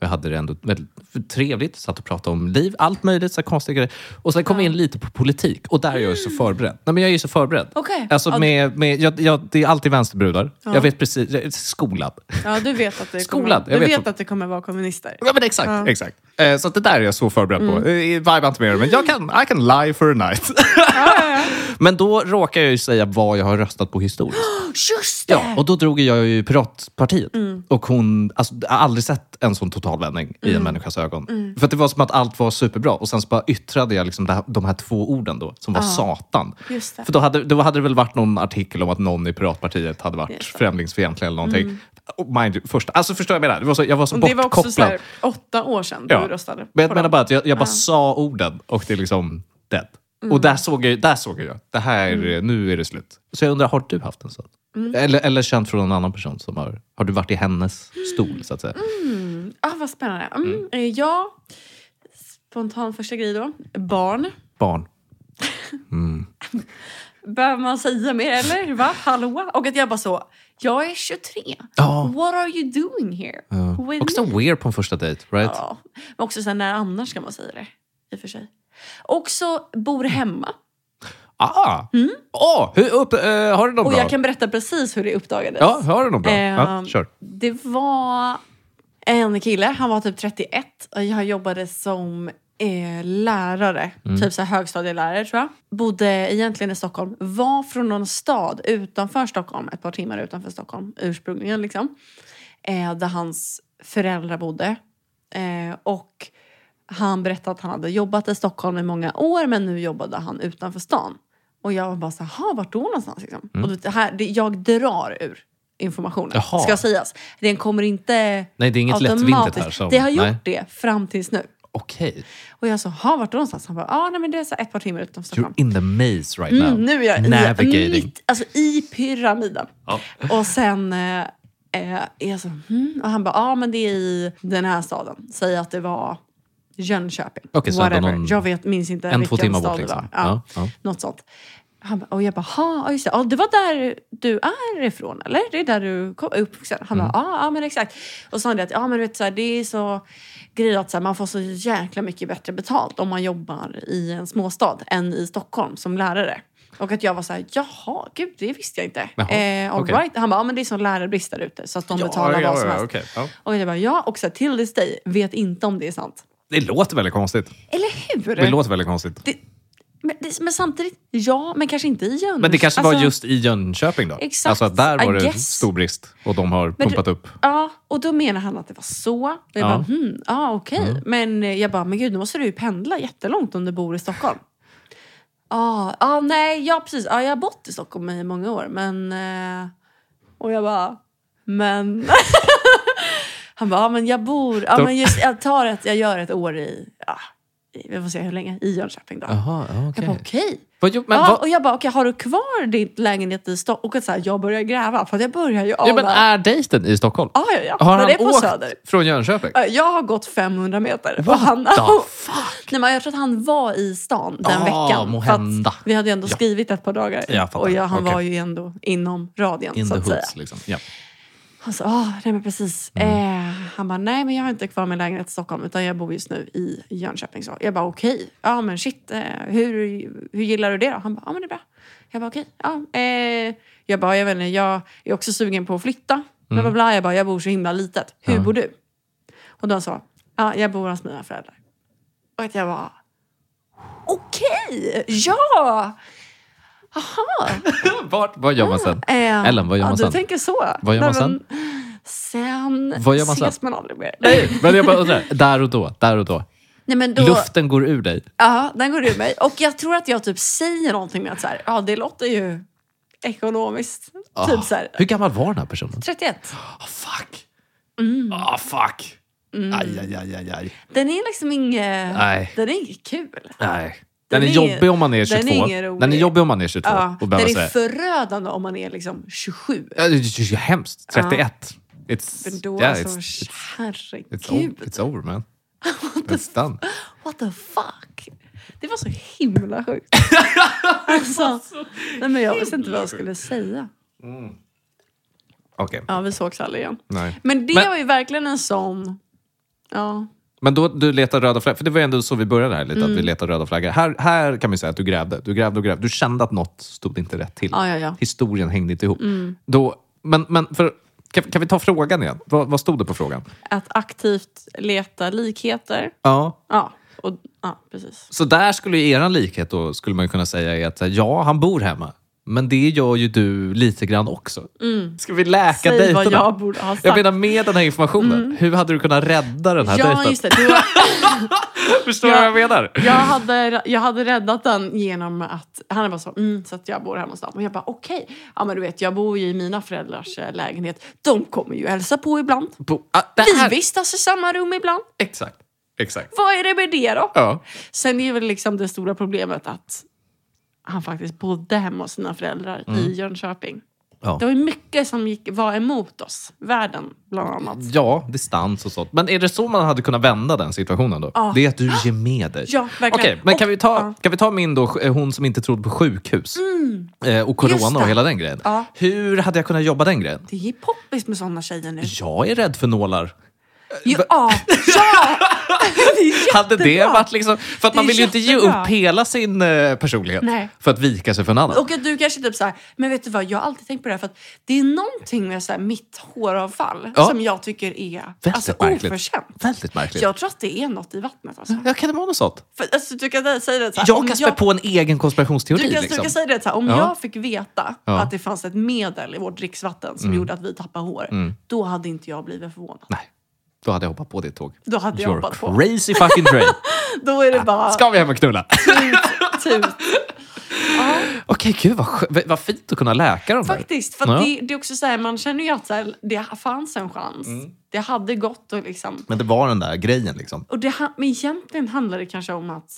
Speaker 2: Vi hade det ändå väldigt trevligt. Satt och pratade om liv, allt möjligt, så här konstiga grejer. Och sen kom vi in lite på politik. Och där är jag ju så förberedd. Nej, men jag är ju så förberedd.
Speaker 1: Mm. Okej.
Speaker 2: Alltså
Speaker 1: Ja,
Speaker 2: med, med, jag, jag, det är alltid vänsterbrudar. Jag vet precis. Jag är skolad.
Speaker 1: ja, du vet att det
Speaker 2: Skolan,
Speaker 1: kommer,
Speaker 2: jag
Speaker 1: du
Speaker 2: vet
Speaker 1: vet
Speaker 2: vad-
Speaker 1: att det kommer vara kommunister.
Speaker 2: Ja, men exakt. exakt. Eh, så att det där är jag så förberedd
Speaker 1: Mm.
Speaker 2: på. Eh, Vibe inte med det, men jag kan, I can lie for a night. men då råkar jag ju säga vad jag har röstat på historiskt.
Speaker 1: Just det!
Speaker 2: Ja, och då drog jag ju Piratpartiet.
Speaker 1: Mm.
Speaker 2: Och hon, alltså, jag har aldrig sett en sån total vändning i en människas ögon.
Speaker 1: Mm.
Speaker 2: För att det var som att allt var superbra och sen så bara yttrade jag liksom det här, de här två orden då, som var satan.
Speaker 1: Just det.
Speaker 2: För då hade, då hade det väl varit någon artikel om att någon i Piratpartiet hade varit
Speaker 1: Just det. Mm.
Speaker 2: främlingsfientlig eller någonting. Och mind you, först, alltså förstår jag vad jag menar? Det var så, jag var så
Speaker 1: det var också
Speaker 2: bortkopplad.
Speaker 1: så här, åtta år sedan du röstade
Speaker 2: Men jag
Speaker 1: på
Speaker 2: menar
Speaker 1: dem.
Speaker 2: bara att jag, jag bara sa orden och det är liksom dead. Och
Speaker 1: Mm.
Speaker 2: där såg, jag, där såg jag, det här, nu är det slut. Så jag undrar, har du haft en sån?
Speaker 1: Mm.
Speaker 2: Eller, eller känt från någon annan person? som Har Har du varit i hennes stol? så att säga?
Speaker 1: Ah, vad spännande. Mm. eh, Ja, spontan första grej då. Barn.
Speaker 2: Barn.
Speaker 1: Behöver man säga mer eller? Va? Hallå? Och att jag bara så, jag är 23.
Speaker 2: Ja.
Speaker 1: What are you doing here? With
Speaker 2: Mm. Också
Speaker 1: me?
Speaker 2: weird på en första dejt, right?
Speaker 1: Ja. Men också sen när annars ska man säga det? I och för sig. Också bor hemma.
Speaker 2: Ah! Åh, hur upp, eh, har du någon
Speaker 1: Mm. Och
Speaker 2: bra?
Speaker 1: jag kan berätta precis hur det uppdagades.
Speaker 2: Ja, har du någon bra? ja,
Speaker 1: Ehm,
Speaker 2: kör.
Speaker 1: Det var en kille, han var typ 31. och Jag jobbade som eh, lärare, typ så här högstadielärare tror jag. Bodde egentligen i Stockholm, var från någon stad utanför Stockholm, ett par timmar utanför Stockholm ursprungligen liksom. Eh, där hans föräldrar bodde. Eh, och han berättade att han hade jobbat i Stockholm i många år men nu jobbade han utanför stan. Och jag var bara så här, "Ha, vart då någonstans? Liksom. Och det här, det, jag drar ur informationen,
Speaker 2: Jaha.
Speaker 1: ska sägas. Den kommer inte
Speaker 2: Nej, det är inget lättvindigt här.
Speaker 1: automatiskt.
Speaker 2: Som,
Speaker 1: det har gjort
Speaker 2: nej.
Speaker 1: det fram tills nu.
Speaker 2: Okej.
Speaker 1: Och jag sa, "Ha, vart då någonstans? Han bara, ah, nej, men det är så här ett par timmar utanför
Speaker 2: You're
Speaker 1: Stockholm.
Speaker 2: in the maze right now.
Speaker 1: Mm, nu är jag i,
Speaker 2: Navigating.
Speaker 1: mitt, alltså, i pyramiden.
Speaker 2: Ja.
Speaker 1: Och sen eh, eh, är jag så, hmm. Och han bara, ja ah, men det är i den här staden. Säg att det var Jönköping.
Speaker 2: Okej, så
Speaker 1: Whatever.
Speaker 2: ändå någon-
Speaker 1: jag vet, minns inte
Speaker 2: en, två
Speaker 1: vilken
Speaker 2: timmar
Speaker 1: stad
Speaker 2: bort
Speaker 1: det
Speaker 2: liksom.
Speaker 1: var. Ja,
Speaker 2: Ja, ja.
Speaker 1: Något sånt. Han bara, och jag bara, ha, ja, just det. Ja, det var där du är ifrån eller? Det är där du kom, är uppvuxen? Han
Speaker 2: Mm.
Speaker 1: bara, ja, ja men exakt. Och så sa han det att, ja men du vet så här, det är så grej att så här, man får så jäkla mycket bättre betalt om man jobbar i en småstad än i Stockholm som lärare. Och att jag var så här, jaha, gud det visste jag inte.
Speaker 2: Jaha,
Speaker 1: Eh, all
Speaker 2: okej.
Speaker 1: right. Han bara, ja men det är sån lärarbrist där ute så att de betalar vad som helst.
Speaker 2: okej. Ja.
Speaker 1: Och jag bara, ja och så här, till this day vet inte om det är sant.
Speaker 2: Det låter väldigt konstigt.
Speaker 1: Eller hur?
Speaker 2: Det låter väldigt konstigt.
Speaker 1: Det- men, det, men samtidigt, ja, men kanske inte i Jönköping.
Speaker 2: Men det kanske
Speaker 1: Alltså,
Speaker 2: var just i Jönköping då?
Speaker 1: Exakt,
Speaker 2: Alltså att där
Speaker 1: I
Speaker 2: var det
Speaker 1: guess.
Speaker 2: stor brist och de har
Speaker 1: Men du-
Speaker 2: pumpat upp.
Speaker 1: Ja, och då menar han att det var så. Och jag
Speaker 2: Ja. Mm.
Speaker 1: bara, hmm, ja okej. Men eh, jag bara, men gud, nu måste du ju pendla jättelångt om du bor i Stockholm. Ja, ah, nej, ja precis. Ja, jag har bott i Stockholm i många år, men... Eh, och jag bara, men... han bara, ja men jag bor... Ja,
Speaker 2: Då-
Speaker 1: men just, jag tar ett, jag gör ett år i... Ja, i- vi får se hur länge. I Jönköping då.
Speaker 2: Jaha, ja,
Speaker 1: Jag
Speaker 2: okej.
Speaker 1: bara, okej.
Speaker 2: Vad gjo- Men,
Speaker 1: ja,
Speaker 2: vad,
Speaker 1: och jag bara, okej, har du kvar din lägenhet i Stockholm? Och att så här, jag börjar gräva, för att jag börjar ju ana.
Speaker 2: ja, men är dejten i Stockholm?
Speaker 1: Ja, ja, ja.
Speaker 2: Har
Speaker 1: men
Speaker 2: han
Speaker 1: det är på
Speaker 2: åkt
Speaker 1: Söder.
Speaker 2: från Jönköping?
Speaker 1: Äh, Jag har gått 500 meter.
Speaker 2: What
Speaker 1: och han,
Speaker 2: the fuck?
Speaker 1: Nej, men jag tror att han var i stan den
Speaker 2: Ah,
Speaker 1: veckan.
Speaker 2: må
Speaker 1: för att
Speaker 2: hända.
Speaker 1: Vi hade ju ändå
Speaker 2: Ja.
Speaker 1: skrivit ett par dagar.
Speaker 2: Jag fattar.
Speaker 1: och jag, han
Speaker 2: Okej.
Speaker 1: var ju ändå inom radien.
Speaker 2: In
Speaker 1: så
Speaker 2: the
Speaker 1: att säga.
Speaker 2: hoods liksom. Ja.
Speaker 1: Han sa, "Ah, nej men precis. Eh, han bara, nej men jag har inte kvar min lägenhet i Stockholm utan jag bor just nu i Jönköping. Så jag bara, okej. Ja men shit, eh, hur, hur gillar du det då? Han bara, ja men det är bra. Jag bara, okej. Ja, eh, jag bara, jag vet inte, jag är också sugen på att flytta. Bla, bla, bla. Jag bara, jag bor så himla litet. Hur bor du? Och då sa, ja jag bor hos mina föräldrar. Och att jag bara, okej, ja! Aha!
Speaker 2: Vart, vad gör man sen?
Speaker 1: Eh,
Speaker 2: Ellen, vad gör
Speaker 1: ja,
Speaker 2: man
Speaker 1: du
Speaker 2: sen?
Speaker 1: tänker så.
Speaker 2: Vad gör man
Speaker 1: Nej, men, sen
Speaker 2: Vad gör man
Speaker 1: ses
Speaker 2: sen?
Speaker 1: man aldrig mer.
Speaker 2: Nej, men jag bara undrar. Där och då, där och då.
Speaker 1: Nej, men då,
Speaker 2: Luften går ur dig.
Speaker 1: Ja, den går ur mig. Och jag tror att jag typ säger någonting med att så här, ja, det låter ju ekonomiskt.
Speaker 2: Ah.
Speaker 1: Typ så här,
Speaker 2: Hur gammal var den här personen?
Speaker 1: 31.
Speaker 2: Ah, fuck! Ah, fuck!
Speaker 1: Mm.
Speaker 2: Aj, aj, aj, aj, aj.
Speaker 1: Den är liksom inget...
Speaker 2: Nej.
Speaker 1: Den är inget kul.
Speaker 2: Nej. Den,
Speaker 1: Den
Speaker 2: är
Speaker 1: är-
Speaker 2: jobbig om man är 22.
Speaker 1: den är ingen rolig.
Speaker 2: jobbig om man är 22
Speaker 1: Ja, den
Speaker 2: och behöver
Speaker 1: är
Speaker 2: säga...
Speaker 1: förödande om man är liksom 27.
Speaker 2: Ja, det är ju hemskt. 31. It's,
Speaker 1: Men då
Speaker 2: yeah,
Speaker 1: alltså,
Speaker 2: it's, it's,
Speaker 1: herregud.
Speaker 2: over, it's over man. It's done.
Speaker 1: What the fuck? Det var så himla sjukt. alltså, nej, men jag visste inte vad jag skulle säga.
Speaker 2: Okej.
Speaker 1: Ja, vi sågs aldrig igen.
Speaker 2: Nej.
Speaker 1: Men det
Speaker 2: Men-
Speaker 1: var ju verkligen en sån... Ja.
Speaker 2: Men då du letar röda flaggor, för det var ju ändå så vi började här lite, att vi
Speaker 1: Mm.
Speaker 2: letar röda flaggor. Här, här kan man ju säga att du grävde, du grävde och grävde. Du kände att något stod inte rätt till.
Speaker 1: Ja, ja, ja. Mm.
Speaker 2: Historien hängde inte ihop. Då, men men för, kan, kan vi ta frågan igen? Vad, vad stod det på frågan?
Speaker 1: Att aktivt leta likheter.
Speaker 2: Ja,
Speaker 1: Ja, och, ja precis.
Speaker 2: Så där skulle ju eran likhet då, skulle man ju kunna säga är att så här, ja, han bor hemma. Men det gör ju du lite grann också. Ska vi läka
Speaker 1: Mm. Säg
Speaker 2: dejterna?
Speaker 1: vad jag borde ha sagt. Mm.
Speaker 2: Jag menar med den här informationen, hur hade du kunnat rädda den här
Speaker 1: ja,
Speaker 2: dejten?
Speaker 1: just det. Du, har-
Speaker 2: Förstår du
Speaker 1: Ja.
Speaker 2: vad jag menar?
Speaker 1: jag, hade, jag hade räddat den genom att... Han är bara så, mm, så att jag bor hemma hos dem. Och jag bara, okej. Ja, men du vet, jag bor ju i mina föräldrars eh, lägenhet. De kommer ju hälsa på ibland.
Speaker 2: På, ah, det här,
Speaker 1: Vi vistas i samma rum ibland.
Speaker 2: Exakt. Exakt.
Speaker 1: Vad är det med det då?
Speaker 2: Ja.
Speaker 1: Sen är väl liksom det stora problemet att han faktiskt bodde hemma hos sina föräldrar i Jönköping.
Speaker 2: Mm. Ja.
Speaker 1: Det var ju mycket som gick, var emot oss. Världen, bland annat.
Speaker 2: Ja, distans och sånt. Men är det så man hade kunnat vända den situationen då?
Speaker 1: Ja.
Speaker 2: Det är att du ger med dig.
Speaker 1: Ja, verkligen.
Speaker 2: Okej, men kan
Speaker 1: Och-
Speaker 2: vi, ta,
Speaker 1: ja. Mm.
Speaker 2: kan vi ta min då, eh, hon som inte trodde på sjukhus eh, och
Speaker 1: Just
Speaker 2: corona
Speaker 1: det.
Speaker 2: och hela den grejen.
Speaker 1: Ja.
Speaker 2: Hur hade jag kunnat jobba den grejen?
Speaker 1: Det är poppis med sådana tjejer nu.
Speaker 2: Jag är rädd för nålar.
Speaker 1: Jo, ja, ja! Det är
Speaker 2: Hade det
Speaker 1: jättebra.
Speaker 2: varit liksom... För att
Speaker 1: Det
Speaker 2: man
Speaker 1: är
Speaker 2: vill ju inte ge
Speaker 1: jättebra.
Speaker 2: upp hela sin eh, personlighet
Speaker 1: Nej.
Speaker 2: för att vika sig för en annan.
Speaker 1: Och att du kanske typ såhär, men vet du vad, jag har alltid tänkt på det här för att det är någonting med så här, mitt håravfall
Speaker 2: Ja.
Speaker 1: som jag tycker är
Speaker 2: Väldigt
Speaker 1: alltså,
Speaker 2: märkligt.
Speaker 1: oförskämt.
Speaker 2: Väldigt märkligt.
Speaker 1: Jag tror att det är något i vattnet alltså.
Speaker 2: Ja, kan det vara något sånt?
Speaker 1: För, alltså du kan säga det såhär, om
Speaker 2: Jag kan spä på en egen konspirationsteori.
Speaker 1: du kan, du
Speaker 2: liksom.
Speaker 1: kan säga det såhär, om
Speaker 2: Ja.
Speaker 1: jag fick veta
Speaker 2: Ja. Mm.
Speaker 1: att det fanns ett medel i vårt dricksvatten som gjorde att vi tappade hår, då hade inte jag blivit förvånad.
Speaker 2: Nej, då hade jag hoppat på ditt tåg.
Speaker 1: Då hade jag
Speaker 2: You're
Speaker 1: hoppat på.
Speaker 2: crazy fucking train.
Speaker 1: Då är det bara typ-
Speaker 2: Ska vi hem och knulla?
Speaker 1: tut. Ja.
Speaker 2: Okej, gud vad, skö- vad- vad fint att kunna läka de här.
Speaker 1: Faktiskt. För
Speaker 2: Ja.
Speaker 1: att det, det är också så här, man känner ju att så här, det fanns en chans.
Speaker 2: Mm.
Speaker 1: Det hade gått. Och, liksom,
Speaker 2: Men det var den där grejen liksom.
Speaker 1: och det, ha- men egentligen handlar det kanske om att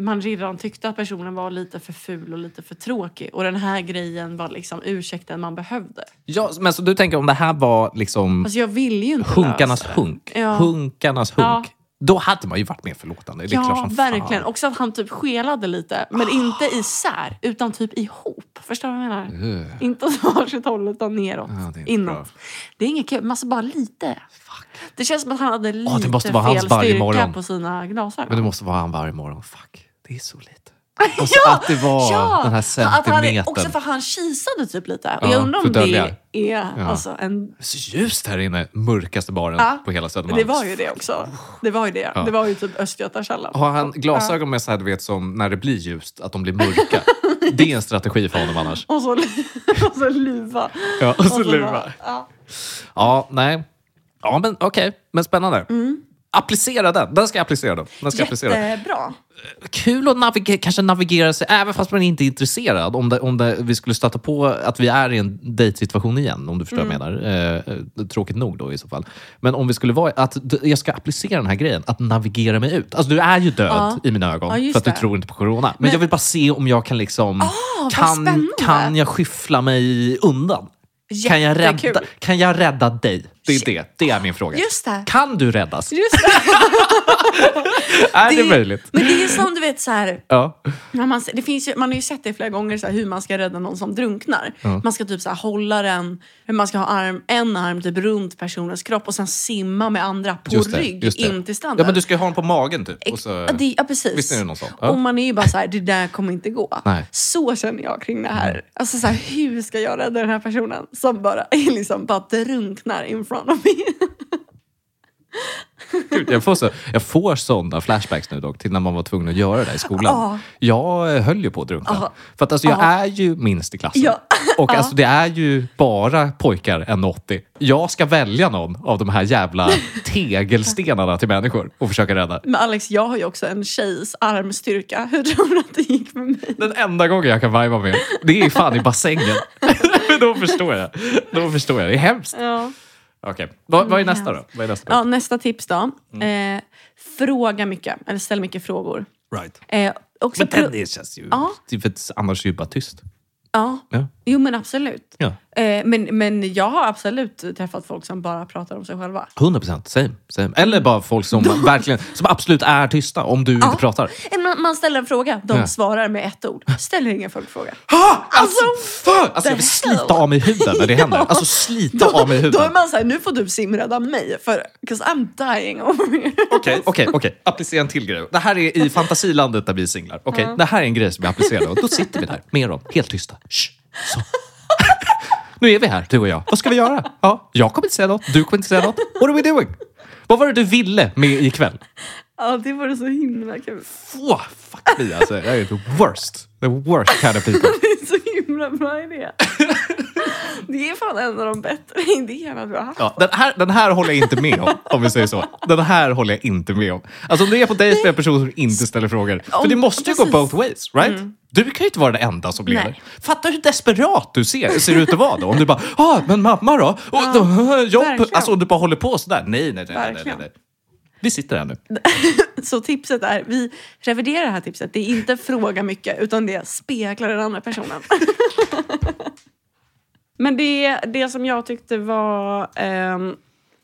Speaker 1: man redan tyckte att personen var lite för ful och lite för tråkig. Och den här grejen var liksom ursäkten man behövde.
Speaker 2: Ja, men så du tänker om det här var liksom
Speaker 1: Alltså jag ville ju inte
Speaker 2: hunkarnas
Speaker 1: lösa det.
Speaker 2: hunk.
Speaker 1: Ja.
Speaker 2: Hunkarnas hunk.
Speaker 1: Ja.
Speaker 2: Då hade man ju varit mer förlåtande. Det är klart
Speaker 1: Ja,
Speaker 2: som fan. Ah.
Speaker 1: verkligen. Också att han typ skelade lite. Men inte isär, utan typ ihop. Förstår du vad jag menar?
Speaker 2: Ugh,
Speaker 1: Inte åt varsitt håll, utan neråt.
Speaker 2: Ja, Mm. Ah, det är inte
Speaker 1: inåt.
Speaker 2: bra.
Speaker 1: Det är inget kul, men alltså bara lite.
Speaker 2: fuck.
Speaker 1: Det känns som att han hade lite
Speaker 2: Ah, det måste vara
Speaker 1: fel
Speaker 2: hans varje
Speaker 1: styrka
Speaker 2: morgon.
Speaker 1: på sina
Speaker 2: Men det
Speaker 1: glasögon.
Speaker 2: måste vara han varje morgon. Fuck, det är så lite. Och så att det var den här
Speaker 1: för att han är,
Speaker 2: centimetern.
Speaker 1: också för han kisade typ lite. Och
Speaker 2: Ja,
Speaker 1: jag undrar om det
Speaker 2: fåtöljer.
Speaker 1: är alltså, en...
Speaker 2: Det är så ljust här inne. Mörkaste baren
Speaker 1: Ja,
Speaker 2: på hela Södermalm.
Speaker 1: Det var ju det också. Det var ju det. Det var ju typ Östgötakällan.
Speaker 2: Har han glasögon med så här, du vet, som när det blir ljust, att de blir mörka? det är en strategi för honom annars.
Speaker 1: Och så, och så luva.
Speaker 2: Ja, och så
Speaker 1: Och så
Speaker 2: luva.
Speaker 1: bara, ja.
Speaker 2: Ja, nej. Ja, men okej. Men spännande.
Speaker 1: Mm.
Speaker 2: Applicera den. Den ska jag applicera då. Den ska jag applicera.
Speaker 1: Jättebra.
Speaker 2: Kul att navigera, kanske navigera sig, även fast man inte är intresserad, om, det, om det, vi skulle stöta på att vi är i en dejtsituation igen, om du förstår vad
Speaker 1: Mm.
Speaker 2: jag menar. Eh, Eh, tråkigt nog då i så fall. Men om vi skulle vara, att d- jag ska applicera den här grejen, att navigera mig ut. Alltså du är ju död
Speaker 1: Ja.
Speaker 2: i mina ögon,
Speaker 1: Ja, just
Speaker 2: för att du
Speaker 1: det. Ah,
Speaker 2: tror inte på corona. Men, jag vill bara se om jag kan liksom,
Speaker 1: vad
Speaker 2: kan,
Speaker 1: spännande.
Speaker 2: kan jag skyffla mig undan? Kan jag,
Speaker 1: Jättekul.
Speaker 2: rädda, kan jag rädda dig? Det är det. Det är min fråga.
Speaker 1: Just det.
Speaker 2: Kan du räddas?
Speaker 1: Just det.
Speaker 2: är
Speaker 1: Det
Speaker 2: det
Speaker 1: är-
Speaker 2: möjligt?
Speaker 1: Men det är som du vet så här,
Speaker 2: Ja.
Speaker 1: När man, det finns ju, man har ju sett det flera gånger så här, hur man ska rädda någon som drunknar. Man ska typ så här, hålla den, hur man ska ha arm, en arm typ runt personens kropp och sen simma med andra på
Speaker 2: Just det,
Speaker 1: rygg
Speaker 2: just det.
Speaker 1: in till stranden.
Speaker 2: Ja, men du ska ju ha den på magen typ. Och så...
Speaker 1: ja, det, ja, precis.
Speaker 2: Visst är det någon sån? Ja.
Speaker 1: Och man är ju bara så här, det där kommer inte gå.
Speaker 2: Nej. Mm.
Speaker 1: Så känner jag kring det här. Alltså så här, hur ska jag rädda den här personen som bara, liksom, bara drunknar in front of me?
Speaker 2: Gud, jag får, så, jag får sådana flashbacks nu dock, till när man var tvungen att göra det där i skolan.
Speaker 1: Ja.
Speaker 2: Jag eh, höll ju på att drunkna.
Speaker 1: Ja.
Speaker 2: För att alltså, jag
Speaker 1: Ja.
Speaker 2: är ju minst i klassen.
Speaker 1: Ja.
Speaker 2: Och alltså, det är ju bara pojkar 1,80. Jag ska välja någon av de här jävla tegelstenarna till människor och försöka rädda.
Speaker 1: Men Alex, jag har ju också en tjejs armstyrka. Hur tror du att det gick för mig?
Speaker 2: Den enda gången jag kan vajba med, det är fan i bassängen. Då förstår jag. Då förstår jag. Det är hemskt.
Speaker 1: Ja.
Speaker 2: Okej, vad, vad är nästa då? Vad är nästa?
Speaker 1: Ja, nästa tips då.
Speaker 2: Mm.
Speaker 1: Eh, fråga mycket, eller ställ mycket frågor.
Speaker 2: Right.
Speaker 1: Eh, också
Speaker 2: Men den
Speaker 1: pro-
Speaker 2: är- känns ju...
Speaker 1: Ja.
Speaker 2: Typ, för att annars är det ju bara tyst.
Speaker 1: ja.
Speaker 2: Ja.
Speaker 1: Jo, men absolut.
Speaker 2: ja.
Speaker 1: Eh, men, men jag har absolut träffat folk som bara pratar om sig själva.
Speaker 2: 100 procent, same, same. Eller bara folk som verkligen som absolut är tysta om du inte pratar.
Speaker 1: Eh, Man, man ställer en fråga, de
Speaker 2: Ja.
Speaker 1: svarar med ett ord. Ställer ingen följdfråga.
Speaker 2: Ha! Alltså, fan! alltså
Speaker 1: the
Speaker 2: jag vill
Speaker 1: hell?
Speaker 2: slita av mig huden när det händer. Alltså slita av mig
Speaker 1: Då är
Speaker 2: huden.
Speaker 1: man såhär, nu får du simrädda mig, för 'cause I'm dying over here.
Speaker 2: Okej, okej, okej. Applicera en till grej. Det här är i fantasilandet där vi är singlar. Okej, det här är en grej som vi applicerar. Och då sitter vi där med dem, helt tysta. Shh, så. Nu är vi här, du och jag. Vad ska vi göra? Ja, jag kommer inte säga något, du kommer inte säga något. What are we doing? Vad var det du ville med ikväll?
Speaker 1: Ja, det vore så himla kul.
Speaker 2: Åh, fuck me alltså. Jag är the worst. The worst kind of people.
Speaker 1: Det är så himla bra idé. Det är fan en av de bättre idéerna du har haft.
Speaker 2: Ja, den, här, den här håller jag inte med om, om vi säger så. Den här håller jag inte med om. Alltså om du är på dejt med en person som inte ställer frågor. För
Speaker 1: Om-
Speaker 2: det måste ju gå
Speaker 1: precis. Mm.
Speaker 2: both ways, right? Du kan ju inte vara den enda som lever.
Speaker 1: Nej.
Speaker 2: Fattar hur desperat du ser, ser ut att vara då? Om du bara, ah, men mamma då? Och, då jobb?
Speaker 1: verkligen.
Speaker 2: Alltså om du bara håller på sådär. Nej, nej, nej. nej, nej, nej,
Speaker 1: Verkligen.
Speaker 2: nej. Vi sitter här nu.
Speaker 1: Så tipset är, vi reviderar det här tipset. Det är inte fråga mycket utan det är spegla den andra personen. Men det, det som jag tyckte var ehm,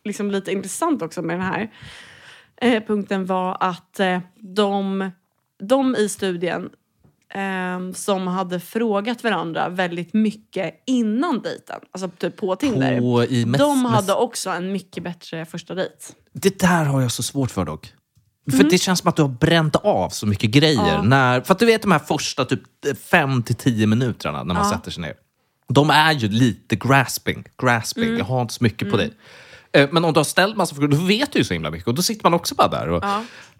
Speaker 1: liksom lite intressant också med den här eh, punkten var att eh, de, de i studien ehm, som hade frågat varandra väldigt mycket innan dejten, alltså typ på Tinder,
Speaker 2: På- i mess-
Speaker 1: de
Speaker 2: mess-
Speaker 1: hade också en mycket bättre första dejt.
Speaker 2: Det där har jag så svårt för dock. För det känns som att du har bränt av så mycket grejer. När, för att du vet de här första typ 5-10 minuterna när man sätter sig ner. De är ju lite grasping. grasping. Jag har inte så mycket på dig. Eh, Men om du har ställt massa frågor, då vet du ju så himla mycket. Och då sitter man också bara där och...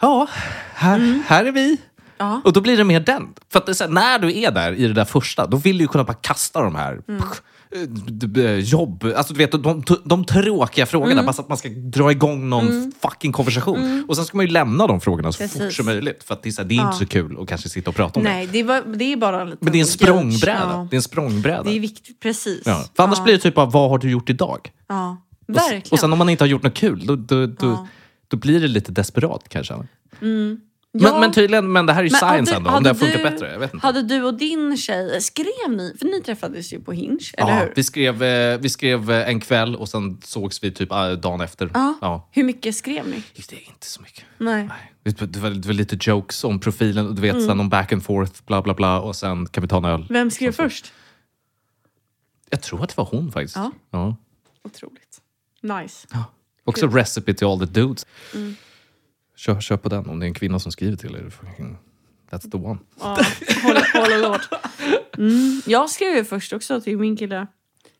Speaker 2: Ja, här, här är vi.
Speaker 1: Ja.
Speaker 2: Och då blir det mer den. För att det är så här, när du är där i det där första, då vill du ju kunna bara kasta de här
Speaker 1: Mm.
Speaker 2: pff, eh, d- d- eh, jobb, alltså du vet de, de- de tråkiga frågorna,
Speaker 1: Mm.
Speaker 2: bara så att man ska dra igång någon fucking konversation. Och sen ska man ju lämna de frågorna så fort
Speaker 1: Precis.
Speaker 2: som möjligt. För att det är, så här, det är inte så kul att kanske sitta och prata om det.
Speaker 1: Nej, det, var, det är bara en liten
Speaker 2: Men det är en
Speaker 1: gauge.
Speaker 2: språngbräda.
Speaker 1: Ja.
Speaker 2: Det är en språngbräda.
Speaker 1: Det är viktigt, precis.
Speaker 2: ja. För annars blir det typ av, vad har du gjort idag?
Speaker 1: Ja,
Speaker 2: Och, s-
Speaker 1: verkligen.
Speaker 2: och sen om man inte har gjort något kul, då, då, då, då blir det lite desperat kanske. Men,
Speaker 1: Mm. Ja.
Speaker 2: men tydligen, men det här är ju
Speaker 1: Men
Speaker 2: science
Speaker 1: hade-
Speaker 2: ändå, om
Speaker 1: hade
Speaker 2: det har funkat
Speaker 1: du-
Speaker 2: bättre. Jag vet inte.
Speaker 1: Hade du och din tjej, skrev ni? För ni träffades ju på Hinge, eller
Speaker 2: Ja,
Speaker 1: hur?
Speaker 2: vi skrev, eh, vi skrev eh, en kväll och sen sågs vi typ eh, dagen efter.
Speaker 1: Ja.
Speaker 2: Ja.
Speaker 1: Hur mycket skrev ni?
Speaker 2: Det är inte så mycket.
Speaker 1: Nej.
Speaker 2: Nej. Det var- det var, det var lite jokes om profilen, och du vet, sen om back and forth, bla bla bla och sen kan vi ta en öl.
Speaker 1: Mm. Vem skrev först?
Speaker 2: Jag tror att det var hon faktiskt.
Speaker 1: Ja.
Speaker 2: Ja.
Speaker 1: Otroligt. Nice.
Speaker 2: Också recipe till all the dudes.
Speaker 1: Mm.
Speaker 2: Kör, kör på den om det är en kvinna som skriver till er. fucking- That's the one.
Speaker 1: Ja, håll, håll och låt. Mm. Jag skrev ju först också till min kille.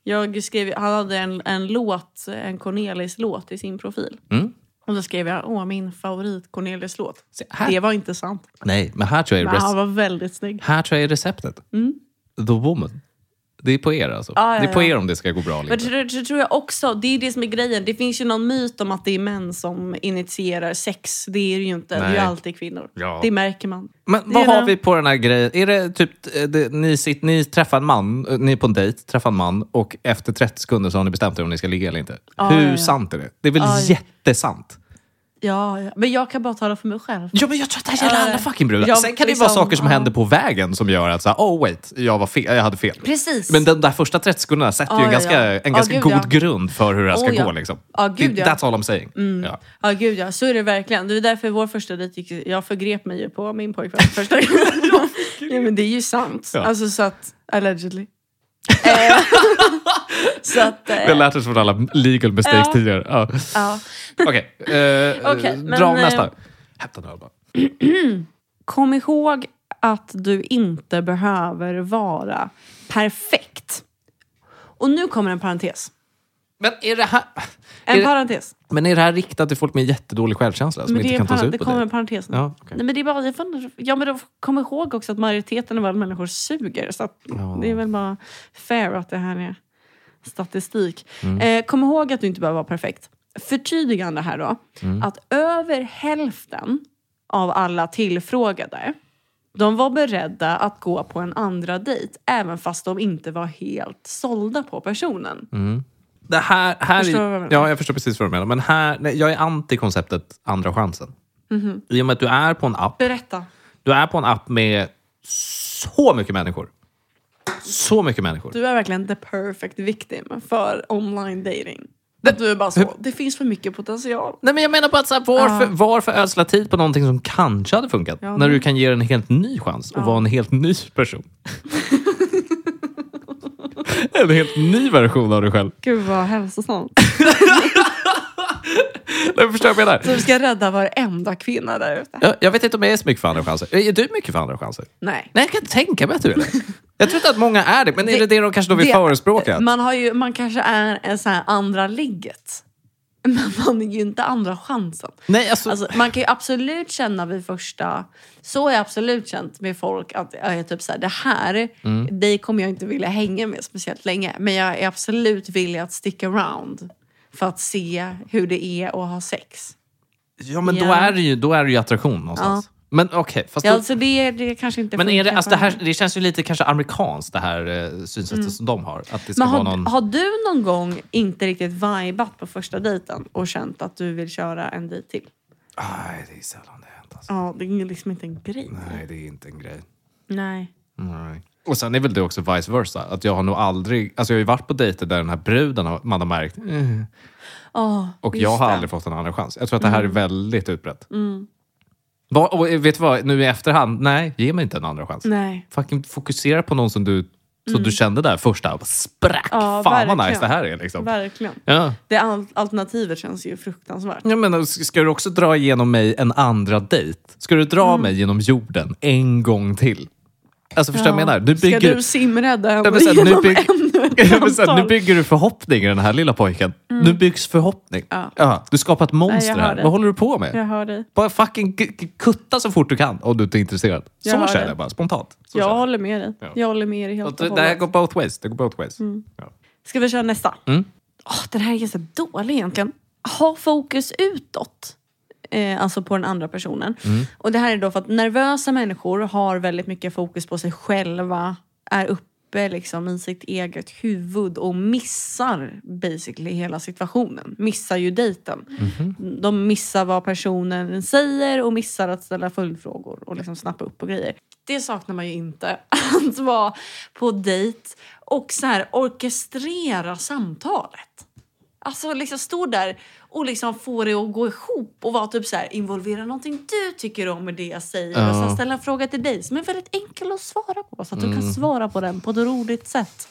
Speaker 1: Jag skrev, han hade en, en låt, en Cornelis-låt i sin profil.
Speaker 2: Mm.
Speaker 1: Och då skrev jag, åh min favorit Cornelis-låt.
Speaker 2: Se, här.
Speaker 1: Det var inte sant.
Speaker 2: Nej, men här tror jag
Speaker 1: Men
Speaker 2: är, rec-
Speaker 1: han var väldigt snygg.
Speaker 2: här tror jag är receptet. The woman. Det är på er alltså.
Speaker 1: Mm. Ja, ja,
Speaker 2: det är på
Speaker 1: ja.
Speaker 2: er om det ska gå bra. liksom. eller
Speaker 1: Men
Speaker 2: inte.
Speaker 1: tror, tror- tror jag också, det är det som är grejen. Det finns ju någon myt om att det är män som initierar sex. Det är det ju inte. Det är ju
Speaker 2: Nej.
Speaker 1: alltid kvinnor.
Speaker 2: Ja.
Speaker 1: Det märker man.
Speaker 2: Men
Speaker 1: Det
Speaker 2: vad
Speaker 1: är
Speaker 2: har
Speaker 1: det.
Speaker 2: vi på den här grejen? Är det typ, eh, det, ni, sit, ni träffar en man, eh, ni är på en dejt, träffar en man och efter 30 sekunder så har ni bestämt er om ni ska ligga eller inte.
Speaker 1: Ja,
Speaker 2: Hur
Speaker 1: ja, ja.
Speaker 2: sant är det? Det är väl
Speaker 1: Ja, ja.
Speaker 2: jättesant?
Speaker 1: Ja, ja. Men jag kan bara tala för mig själv.
Speaker 2: Ja, men jag tror att det här gäller
Speaker 1: Ja,
Speaker 2: alla fucking brudar.
Speaker 1: ja,
Speaker 2: Sen kan det
Speaker 1: liksom,
Speaker 2: vara saker som
Speaker 1: ja.
Speaker 2: händer på vägen som gör att så här, oh wait, jag, var fel, jag hade fel.
Speaker 1: Precis.
Speaker 2: Men de där första 30 sekunderna sätter
Speaker 1: Ja,
Speaker 2: ju en
Speaker 1: ja,
Speaker 2: ganska,
Speaker 1: ja.
Speaker 2: en
Speaker 1: Ja,
Speaker 2: ganska
Speaker 1: gud,
Speaker 2: god
Speaker 1: ja.
Speaker 2: grund för hur det här ska
Speaker 1: Oh, ja.
Speaker 2: gå. Liksom.
Speaker 1: Ja, gud,
Speaker 2: Det-
Speaker 1: ja. Mm.
Speaker 2: That's all I'm saying. Ja.
Speaker 1: Ja, gud ja. Så är det verkligen. Det var därför vår första dejt gick... Jag förgrep mig ju på min pojkvän första gången. ja, men det är ju sant.
Speaker 2: Ja.
Speaker 1: Alltså så att... Allegedly. Eh, så att... eh,
Speaker 2: Vi har lärt oss från alla legal mistakes
Speaker 1: Ja.
Speaker 2: tidigare. Ja.
Speaker 1: ja.
Speaker 2: Okej, eh,
Speaker 1: Okej, men,
Speaker 2: dra om
Speaker 1: eh,
Speaker 2: nästa. Hämta en öl bara.
Speaker 1: Kom ihåg att du inte behöver vara perfekt. Och nu kommer en parentes.
Speaker 2: Men är det här...
Speaker 1: En
Speaker 2: Är det-
Speaker 1: parentes.
Speaker 2: Men är det här riktat till folk med jättedålig självkänsla som
Speaker 1: Men det,
Speaker 2: inte
Speaker 1: är en
Speaker 2: kan ta sig
Speaker 1: par-
Speaker 2: ut
Speaker 1: det
Speaker 2: på
Speaker 1: kommer
Speaker 2: det?
Speaker 1: en parentes nu.
Speaker 2: Ja, okej.
Speaker 1: Nej, men det är bara, jag fan- ja, men då kom ihåg också att majoriteten av alla människor suger. Så att Det är väl bara fair att det här är statistik. Eh, kom ihåg att du inte behöver vara perfekt. Förtydligande här då. Att över hälften av alla tillfrågade de var beredda att gå på en andra dejt även fast de inte var helt sålda på personen.
Speaker 2: Det här, här
Speaker 1: Förstår du vad jag
Speaker 2: är,
Speaker 1: menar?
Speaker 2: ja, jag förstår precis vad du menar. Men här, nej, jag är anti konceptet andra chansen.
Speaker 1: Mhm.
Speaker 2: I och med att du är på en app
Speaker 1: Berätta.
Speaker 2: Du är på en app med så mycket människor. Så mycket människor.
Speaker 1: Du är verkligen the perfect victim för online dating. Att du är bara så, det finns för mycket potential.
Speaker 2: Nej, men jag menar bara att så här, varför, varför ödsla tid på någonting som kanske hade funkat? när du kan ge den en helt ny chans och vara en helt ny person. en helt ny version av dig själv.
Speaker 1: Gud vad hälsosamt.
Speaker 2: Nej, förstår du vad jag menar?
Speaker 1: Du ska rädda varenda kvinna där ute.
Speaker 2: Jag, jag vet inte om jag är så mycket för andra chanser. Är du mycket för andra chanser?
Speaker 1: Nej.
Speaker 2: Nej, jag kan inte tänka mig att du är det. Jag tror inte att många är det, men är det
Speaker 1: Det-
Speaker 2: det Mm. de kanske då vill
Speaker 1: det-
Speaker 2: förespråka?
Speaker 1: Man, har ju, man kanske är en sån här andra ligget. Men man är ju inte andra chansen.
Speaker 2: Nej, alltså,
Speaker 1: Alltså, man kan ju absolut känna vid första... Så har jag absolut känt med folk att jag är typ så här, det här,
Speaker 2: Mm.
Speaker 1: dig kommer jag inte vilja hänga med speciellt länge. Men jag är absolut villig att stick around för att se hur det är att ha sex.
Speaker 2: ja, men Då,
Speaker 1: ja.
Speaker 2: är det ju, då är det ju attraktion någonstans. Men okej, fast
Speaker 1: Ja,
Speaker 2: då-
Speaker 1: alltså det, det kanske inte
Speaker 2: Men är det,
Speaker 1: funkar
Speaker 2: alltså det,
Speaker 1: för
Speaker 2: här,
Speaker 1: mig.
Speaker 2: det känns ju lite kanske amerikanskt det här eh, synsättet som de har. Att det ska
Speaker 1: Men har,
Speaker 2: vara någon...
Speaker 1: har du någon gång inte riktigt vibat på första dejten och känt att du vill köra en dejt till?
Speaker 2: Nej, det är sällan det hänt. Alltså.
Speaker 1: Ja, det är liksom inte en grej.
Speaker 2: Nej, det är inte en grej.
Speaker 1: Nej.
Speaker 2: Nej. Och sen är väl det också vice versa. Att jag har nog aldrig... Alltså jag har ju varit på dejter där den här bruden har, man har märkt eh,
Speaker 1: Oh,
Speaker 2: och jag har aldrig fått en andra chans. Jag tror att det här
Speaker 1: Mm.
Speaker 2: är väldigt utbrett. Va, och vet du vad, nu i efterhand, nej, ge mig inte en andra chans.
Speaker 1: Nej. Mm.
Speaker 2: Fucking fokusera på någon som du, som du kände där första. Och bara Sprack!
Speaker 1: Ja,
Speaker 2: Fan vad
Speaker 1: verkligen.
Speaker 2: nice det här är liksom.
Speaker 1: Verkligen.
Speaker 2: Ja.
Speaker 1: Det al- alternativet känns ju fruktansvärt.
Speaker 2: Ja, men s- ska du också dra igenom mig en andra dejt? Ska du dra
Speaker 1: Mm.
Speaker 2: mig genom jorden en gång till? Alltså förstår du vad jag menar? Du
Speaker 1: Ska
Speaker 2: bygger,
Speaker 1: du simrädda
Speaker 2: Nej,
Speaker 1: henne
Speaker 2: men så här, nu
Speaker 1: genom
Speaker 2: bygg-
Speaker 1: ännu ett
Speaker 2: Ja, men så här,
Speaker 1: samtal?
Speaker 2: nu bygger du förhoppning i den här lilla pojken. Nu byggs förhoppning.
Speaker 1: Mm. Ja.
Speaker 2: Du skapar ett
Speaker 1: Nej,
Speaker 2: monster
Speaker 1: jag hör
Speaker 2: här.
Speaker 1: det.
Speaker 2: Vad håller du på med?
Speaker 1: Jag hör dig.
Speaker 2: Bara fucking k- k- kutta så fort du kan om du inte är intresserad.
Speaker 1: Jag
Speaker 2: så
Speaker 1: hör
Speaker 2: känner
Speaker 1: det.
Speaker 2: jag bara spontant. Så
Speaker 1: Jag
Speaker 2: känner jag.
Speaker 1: håller med dig.
Speaker 2: Ja.
Speaker 1: Jag håller med Mm. dig
Speaker 2: Och
Speaker 1: helt
Speaker 2: det-
Speaker 1: och
Speaker 2: Det här
Speaker 1: hållet.
Speaker 2: går both ways. Det går both ways. Ja.
Speaker 1: Ska vi köra nästa?
Speaker 2: Mm.
Speaker 1: Åh, den här är ganska dålig egentligen. Ha fokus utåt. Eh, alltså på den andra personen. Och det här är då för att nervösa människor har väldigt mycket fokus på sig själva. Är uppe liksom i sitt eget huvud och missar basically hela situationen. Missar ju dejten. De missar vad personen säger och missar att ställa följdfrågor och liksom snappa upp på grejer. Det saknar man ju inte. Att vara på dejt och så här orkestrera samtalet. Alltså liksom stå där och liksom få det att gå ihop och vara typ så här involvera någonting du tycker om i det jag säger och
Speaker 2: Ja. Mm.
Speaker 1: sen ställa en fråga till dig som är väldigt enkel att svara på så att du kan svara på den på ett roligt sätt.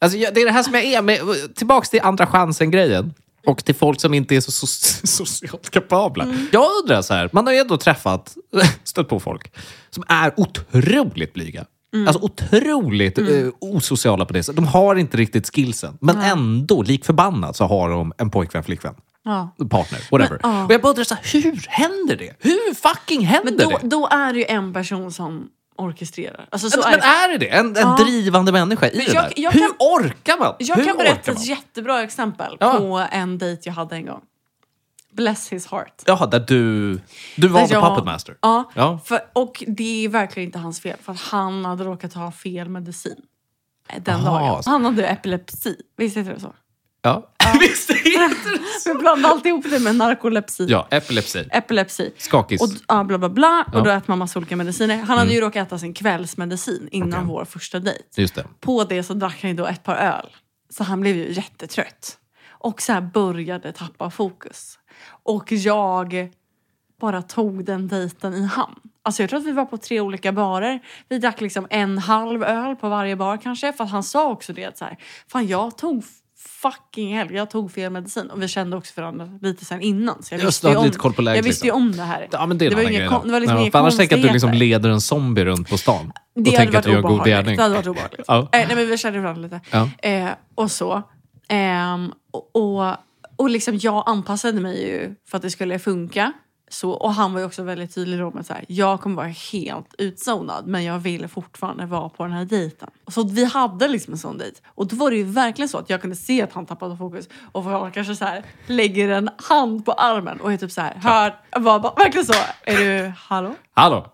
Speaker 2: Alltså, jag- det är det här som jag är med. Tillbaks till andra chansen-grejen. Och till folk som inte är så, so- socialt kapabla.
Speaker 1: Mm.
Speaker 2: Jag undrar så här, man har ju ändå träffat, stött på folk som är otroligt blyga.
Speaker 1: Mm.
Speaker 2: Alltså otroligt eh, osociala på det sättet. De har inte riktigt skillsen. Men ändå, lik förbannat, så har de en pojkvän, flickvän.
Speaker 1: Ja.
Speaker 2: partner, whatever.
Speaker 1: Men, ja.
Speaker 2: Och jag bara undrar, så här, hur händer det? Hur fucking händer
Speaker 1: Men då,
Speaker 2: det?
Speaker 1: då är det ju en person som orkestrerar. Alltså, så
Speaker 2: Men
Speaker 1: är
Speaker 2: men
Speaker 1: det.
Speaker 2: är det det? En, en drivande människa i det
Speaker 1: jag-
Speaker 2: där?
Speaker 1: jag
Speaker 2: hur
Speaker 1: kan-
Speaker 2: orkar man?
Speaker 1: Jag
Speaker 2: hur
Speaker 1: kan berätta
Speaker 2: orkar man?
Speaker 1: ett jättebra exempel
Speaker 2: Ja.
Speaker 1: på en dejt jag hade en gång. Bless his heart.
Speaker 2: Jaha, där du... Du var
Speaker 1: Där
Speaker 2: the
Speaker 1: jag-
Speaker 2: puppet master?
Speaker 1: Ja,
Speaker 2: Ja.
Speaker 1: För, och det är verkligen inte hans fel, för att han hade råkat ha fel medicin eh, den
Speaker 2: Aha.
Speaker 1: dagen. Han hade epilepsi. Visst heter det så?
Speaker 2: ja. Visst är det?
Speaker 1: Jag blandade alltid ihop det med narkolepsi.
Speaker 2: Ja, epilepsi.
Speaker 1: Epilepsi.
Speaker 2: Skakis.
Speaker 1: Och, ja, bla, bla, bla.
Speaker 2: Ja. Mm.
Speaker 1: och då äter man massa olika mediciner. Han hade ju råkat äta sin kvällsmedicin innan
Speaker 2: Okej.
Speaker 1: vår första dejt.
Speaker 2: Just det.
Speaker 1: På det så drack han ju då ett par öl. Så han blev ju jättetrött. Och så här började tappa fokus. Och jag bara tog den dejten i hamn. Alltså jag tror att vi var på tre olika barer. Vi drack liksom en halv öl på varje bar kanske. För att han sa också det att så här, fan jag tog fucking hell, jag tog fel medicin. Och vi kände också varandra lite sen innan. Så jag
Speaker 2: Just
Speaker 1: visste
Speaker 2: det,
Speaker 1: ju
Speaker 2: hade
Speaker 1: om,
Speaker 2: lite koll på läget,
Speaker 1: jag visste ju
Speaker 2: liksom.
Speaker 1: om det här.
Speaker 2: Ja, men det är en
Speaker 1: var
Speaker 2: annan
Speaker 1: inga
Speaker 2: grej
Speaker 1: kon-
Speaker 2: då.
Speaker 1: det var liksom
Speaker 2: ja,
Speaker 1: inga
Speaker 2: för annars tänker jag att du liksom
Speaker 1: konstigheter.
Speaker 2: leder en zombie runt på stan.
Speaker 1: Det
Speaker 2: och
Speaker 1: hade
Speaker 2: tänker att
Speaker 1: varit
Speaker 2: du gör en god
Speaker 1: obehagligt.
Speaker 2: gärning.
Speaker 1: Det hade varit obehagligt.
Speaker 2: Ja.
Speaker 1: Eh, nej, men vi kände varandra lite.
Speaker 2: Ja.
Speaker 1: Eh, och så. Ehm, och och, och liksom jag anpassade mig ju för att det skulle funka. Så, och han var ju också väldigt tydlig då med att jag kommer vara helt utzonad men jag vill fortfarande vara på den här dejten. Så att vi hade liksom en sån dejt. Och då var det ju verkligen så att jag kunde se att han tappade fokus och var kanske så här, lägger en hand på armen och är typ så här, hör, var bara, verkligen så. Är du, hallå?
Speaker 2: Hallå!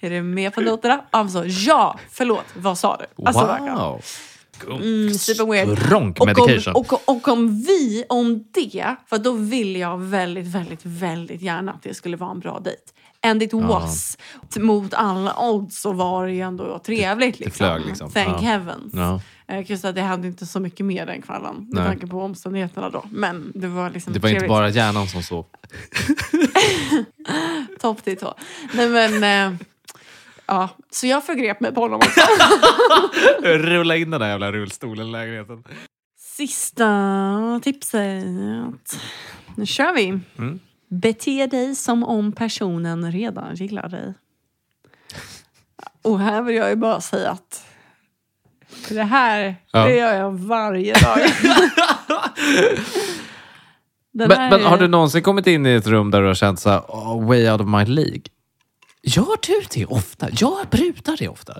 Speaker 1: Är du med på noterna? Och han sa Alltså, ja, förlåt, vad sa du? Alltså, verkligen.
Speaker 2: wow!
Speaker 1: super weird.
Speaker 2: Stronk
Speaker 1: Och om,
Speaker 2: medication.
Speaker 1: och, och om vi, om det, för då ville jag väldigt, väldigt, väldigt gärna att det skulle vara en bra dejt. And it was. Mot alla odds så var det ju ändå trevligt.
Speaker 2: det
Speaker 1: Liksom.
Speaker 2: flög liksom.
Speaker 1: Thank
Speaker 2: Ja.
Speaker 1: heavens.
Speaker 2: Ja.
Speaker 1: Jag kan säga att det hände inte så mycket mer den kvällen med
Speaker 2: Nej.
Speaker 1: tanke på omständigheterna då. Men det var liksom
Speaker 2: Det var inte
Speaker 1: trevligt.
Speaker 2: bara hjärnan som sov.
Speaker 1: Topp till tå. Nej men... Eh, ja, så jag förgrep mig på honom också.
Speaker 2: Rulla in den där jävla rullstolen i lägenheten.
Speaker 1: Sista tipset. Nu kör vi.
Speaker 2: Mm.
Speaker 1: Bete dig som om personen redan gillar dig. Och här vill jag ju bara säga att det här
Speaker 2: Ja.
Speaker 1: det gör jag varje dag. Den
Speaker 2: Men,
Speaker 1: här
Speaker 2: men har
Speaker 1: är-
Speaker 2: du någonsin kommit in i ett rum där du har känt så här, "Oh, way out of my league? Gör du det ofta? Jag brudar det ofta.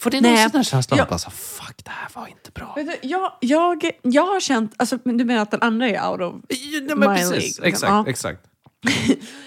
Speaker 2: Får det
Speaker 1: Nej.
Speaker 2: någonsin den här känslan
Speaker 1: Jag-
Speaker 2: att bara så här, fuck, det här var inte bra?
Speaker 1: Vet du, jag, jag, jag har känt... Alltså, men du menar att den andra är out of...
Speaker 2: Nej,
Speaker 1: My
Speaker 2: men precis.
Speaker 1: league.
Speaker 2: Exakt,
Speaker 1: Ja.
Speaker 2: exakt.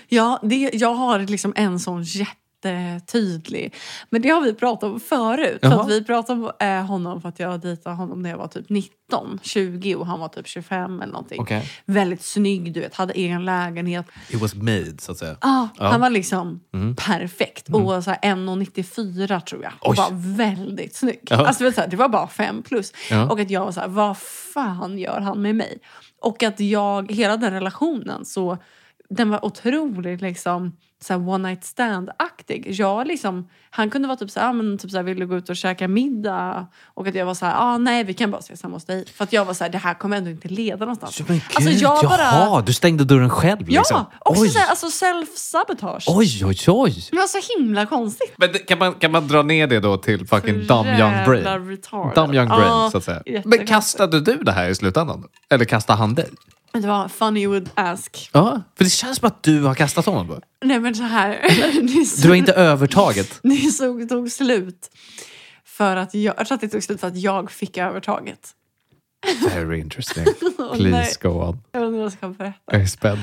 Speaker 1: Ja, det, jag har liksom en sån jätte jättetydlig. Men det har vi pratat om förut. För
Speaker 2: Jaha.
Speaker 1: att vi pratade om eh, honom för att jag dejtade honom när jag var typ 19, 20 och han var typ 25 eller någonting.
Speaker 2: Okej.
Speaker 1: Väldigt snygg, du vet. Hade egen lägenhet.
Speaker 2: It was made, så att säga.
Speaker 1: Ah,
Speaker 2: Ja. Mm.
Speaker 1: Han var liksom perfekt. Och så här 1,94 tror jag. Och
Speaker 2: Oj.
Speaker 1: var väldigt snygg.
Speaker 2: Ja.
Speaker 1: Alltså, det, var så här, det var bara fem plus.
Speaker 2: Ja.
Speaker 1: Och att jag var så här, vad fan gör han med mig? Och att jag, hela den relationen så den var otroligt liksom så här one night stand-aktig. Jag liksom, han kunde vara typ så här, ah, men typ så här, vill du gå ut och käka middag? Och att jag var så här, ah, nej vi kan bara ses hemma hos dig. För att jag var så här, det här kommer ändå inte leda någonstans.
Speaker 2: Men gud,
Speaker 1: Alltså, jag bara-
Speaker 2: jaha! Du stängde dörren själv
Speaker 1: Ja,
Speaker 2: liksom?
Speaker 1: också
Speaker 2: oj,
Speaker 1: så här, alltså self-sabotage.
Speaker 2: oj, oj, oj!
Speaker 1: Men så himla konstigt.
Speaker 2: Men det- kan man, kan man dra ner det då till fucking dumb young
Speaker 1: Jävla
Speaker 2: brain?
Speaker 1: retard.
Speaker 2: Dumb young brain,
Speaker 1: Ja,
Speaker 2: så att säga. Men
Speaker 1: jättekonstigt.
Speaker 2: kastade du det här i slutändan? Eller kastade han dig?
Speaker 1: Men Det var funny you would ask.
Speaker 2: Ja, för det känns som att du har kastat honom. Då.
Speaker 1: Nej men så här. ni,
Speaker 2: Du
Speaker 1: såg,
Speaker 2: har inte övertaget.
Speaker 1: ni såg, tog slut. För att jag, jag tror att det tog slut för att jag fick övertaget.
Speaker 2: Very interesting.
Speaker 1: Åh, nej.
Speaker 2: Please go on.
Speaker 1: Jag undrar vad jag ska berätta.
Speaker 2: Jag är spänd.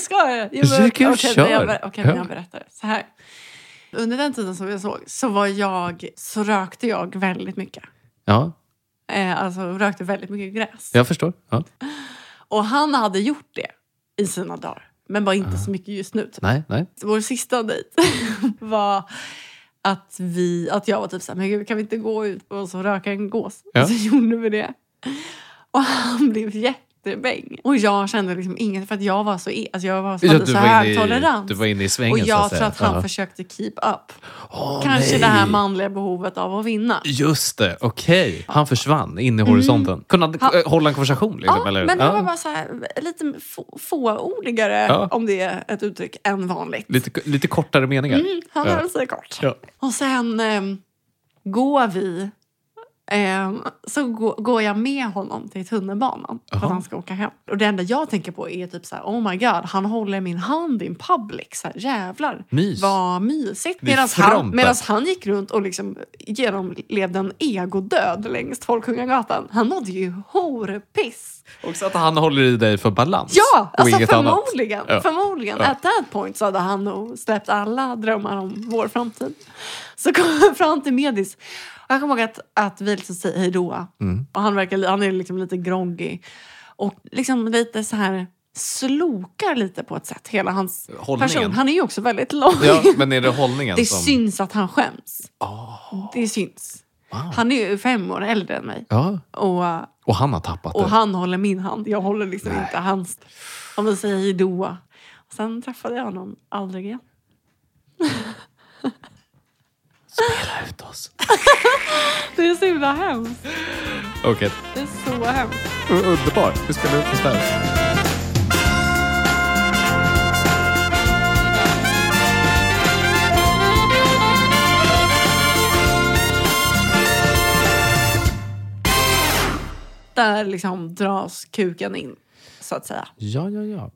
Speaker 1: ska jag? Jo,
Speaker 2: Så kul,
Speaker 1: okej,
Speaker 2: kör.
Speaker 1: men jag, ber- okej, men
Speaker 2: Ja.
Speaker 1: jag berättar. Så här. Under den tiden som jag såg så var jag, så rökte jag väldigt mycket.
Speaker 2: Ja,
Speaker 1: Eh, alltså rökte väldigt mycket gräs.
Speaker 2: jag förstår. Ja.
Speaker 1: Och han hade gjort det i sina dagar. Men bara
Speaker 2: Ah.
Speaker 1: inte så mycket just nu. Typ.
Speaker 2: Nej, nej.
Speaker 1: Vår sista dejt var att, vi, att jag var typ såhär, men gud kan vi inte gå ut och så röka en gås?
Speaker 2: Ja.
Speaker 1: Så gjorde vi det. Och han blev jättebäng. Och jag kände liksom inget för att jag var så, e- alltså jag var, så, hade
Speaker 2: du,
Speaker 1: så
Speaker 2: var
Speaker 1: hög
Speaker 2: inne i,
Speaker 1: tolerans.
Speaker 2: du var inne i svängen
Speaker 1: och
Speaker 2: så
Speaker 1: jag
Speaker 2: att säga.
Speaker 1: tror att han
Speaker 2: Ja.
Speaker 1: försökte keep up.
Speaker 2: Åh,
Speaker 1: Kanske
Speaker 2: nej.
Speaker 1: det här manliga behovet av att vinna.
Speaker 2: Just det, okej. Han försvann in i horisonten. Kunde han
Speaker 1: Han-
Speaker 2: eh, hålla en konversation? Liksom,
Speaker 1: Mm. ja,
Speaker 2: eller?
Speaker 1: men han
Speaker 2: Ja.
Speaker 1: var bara så här, lite få, fåordigare,
Speaker 2: Ja.
Speaker 1: om det är ett uttryck, än vanligt.
Speaker 2: lite, lite kortare meningar.
Speaker 1: Mm, han
Speaker 2: Ja.
Speaker 1: höll sig kort.
Speaker 2: Ja.
Speaker 1: Och sen ehm, går vi... ehm, så gå- går jag med honom till tunnelbanan för
Speaker 2: Jaha.
Speaker 1: att han ska åka hem. Och det enda jag tänker på är typ så här, oh my god, han håller min hand in public. Så här, jävlar,
Speaker 2: Mys.
Speaker 1: vad mysigt.
Speaker 2: Det är alltså.
Speaker 1: Medan
Speaker 2: frampat.
Speaker 1: han, medans han gick runt och liksom genomlevde en egodöd längs Folkungagatan. Han mådde ju horpiss.
Speaker 2: Också att han håller i dig för balans.
Speaker 1: Ja,
Speaker 2: och
Speaker 1: alltså
Speaker 2: inget annat.
Speaker 1: förmodligen.
Speaker 2: Ja.
Speaker 1: förmodligen.
Speaker 2: Ja.
Speaker 1: At that point så hade han nog släppt alla drömmar om vår framtid. Så kom jag fram till Medis. Och jag kommer ihåg att, att vi liksom säger hej då.
Speaker 2: Mm.
Speaker 1: Och han, verkar, li- han är liksom lite groggy. Och liksom lite så här slokar lite på ett sätt hela hans
Speaker 2: Hållningen.
Speaker 1: person. Han är ju också väldigt lång.
Speaker 2: Ja, men är det hållningen
Speaker 1: det
Speaker 2: som... Ah.
Speaker 1: syns att han skäms. Det syns. Han är ju fem år äldre än mig.
Speaker 2: Ja,
Speaker 1: Och
Speaker 2: och han har tappat
Speaker 1: och
Speaker 2: det.
Speaker 1: han håller min hand. Jag håller liksom inte hans. Om vi säger hej då. Sen träffade jag honom aldrig igen.
Speaker 2: Spela ut oss.
Speaker 1: Det är så himla hemskt.
Speaker 2: Okej.
Speaker 1: Det är så hemskt.
Speaker 2: U- Underbart. Vi spelar ut oss där.
Speaker 1: Där liksom dras kuken in, så att säga.
Speaker 2: Ja, ja, ja.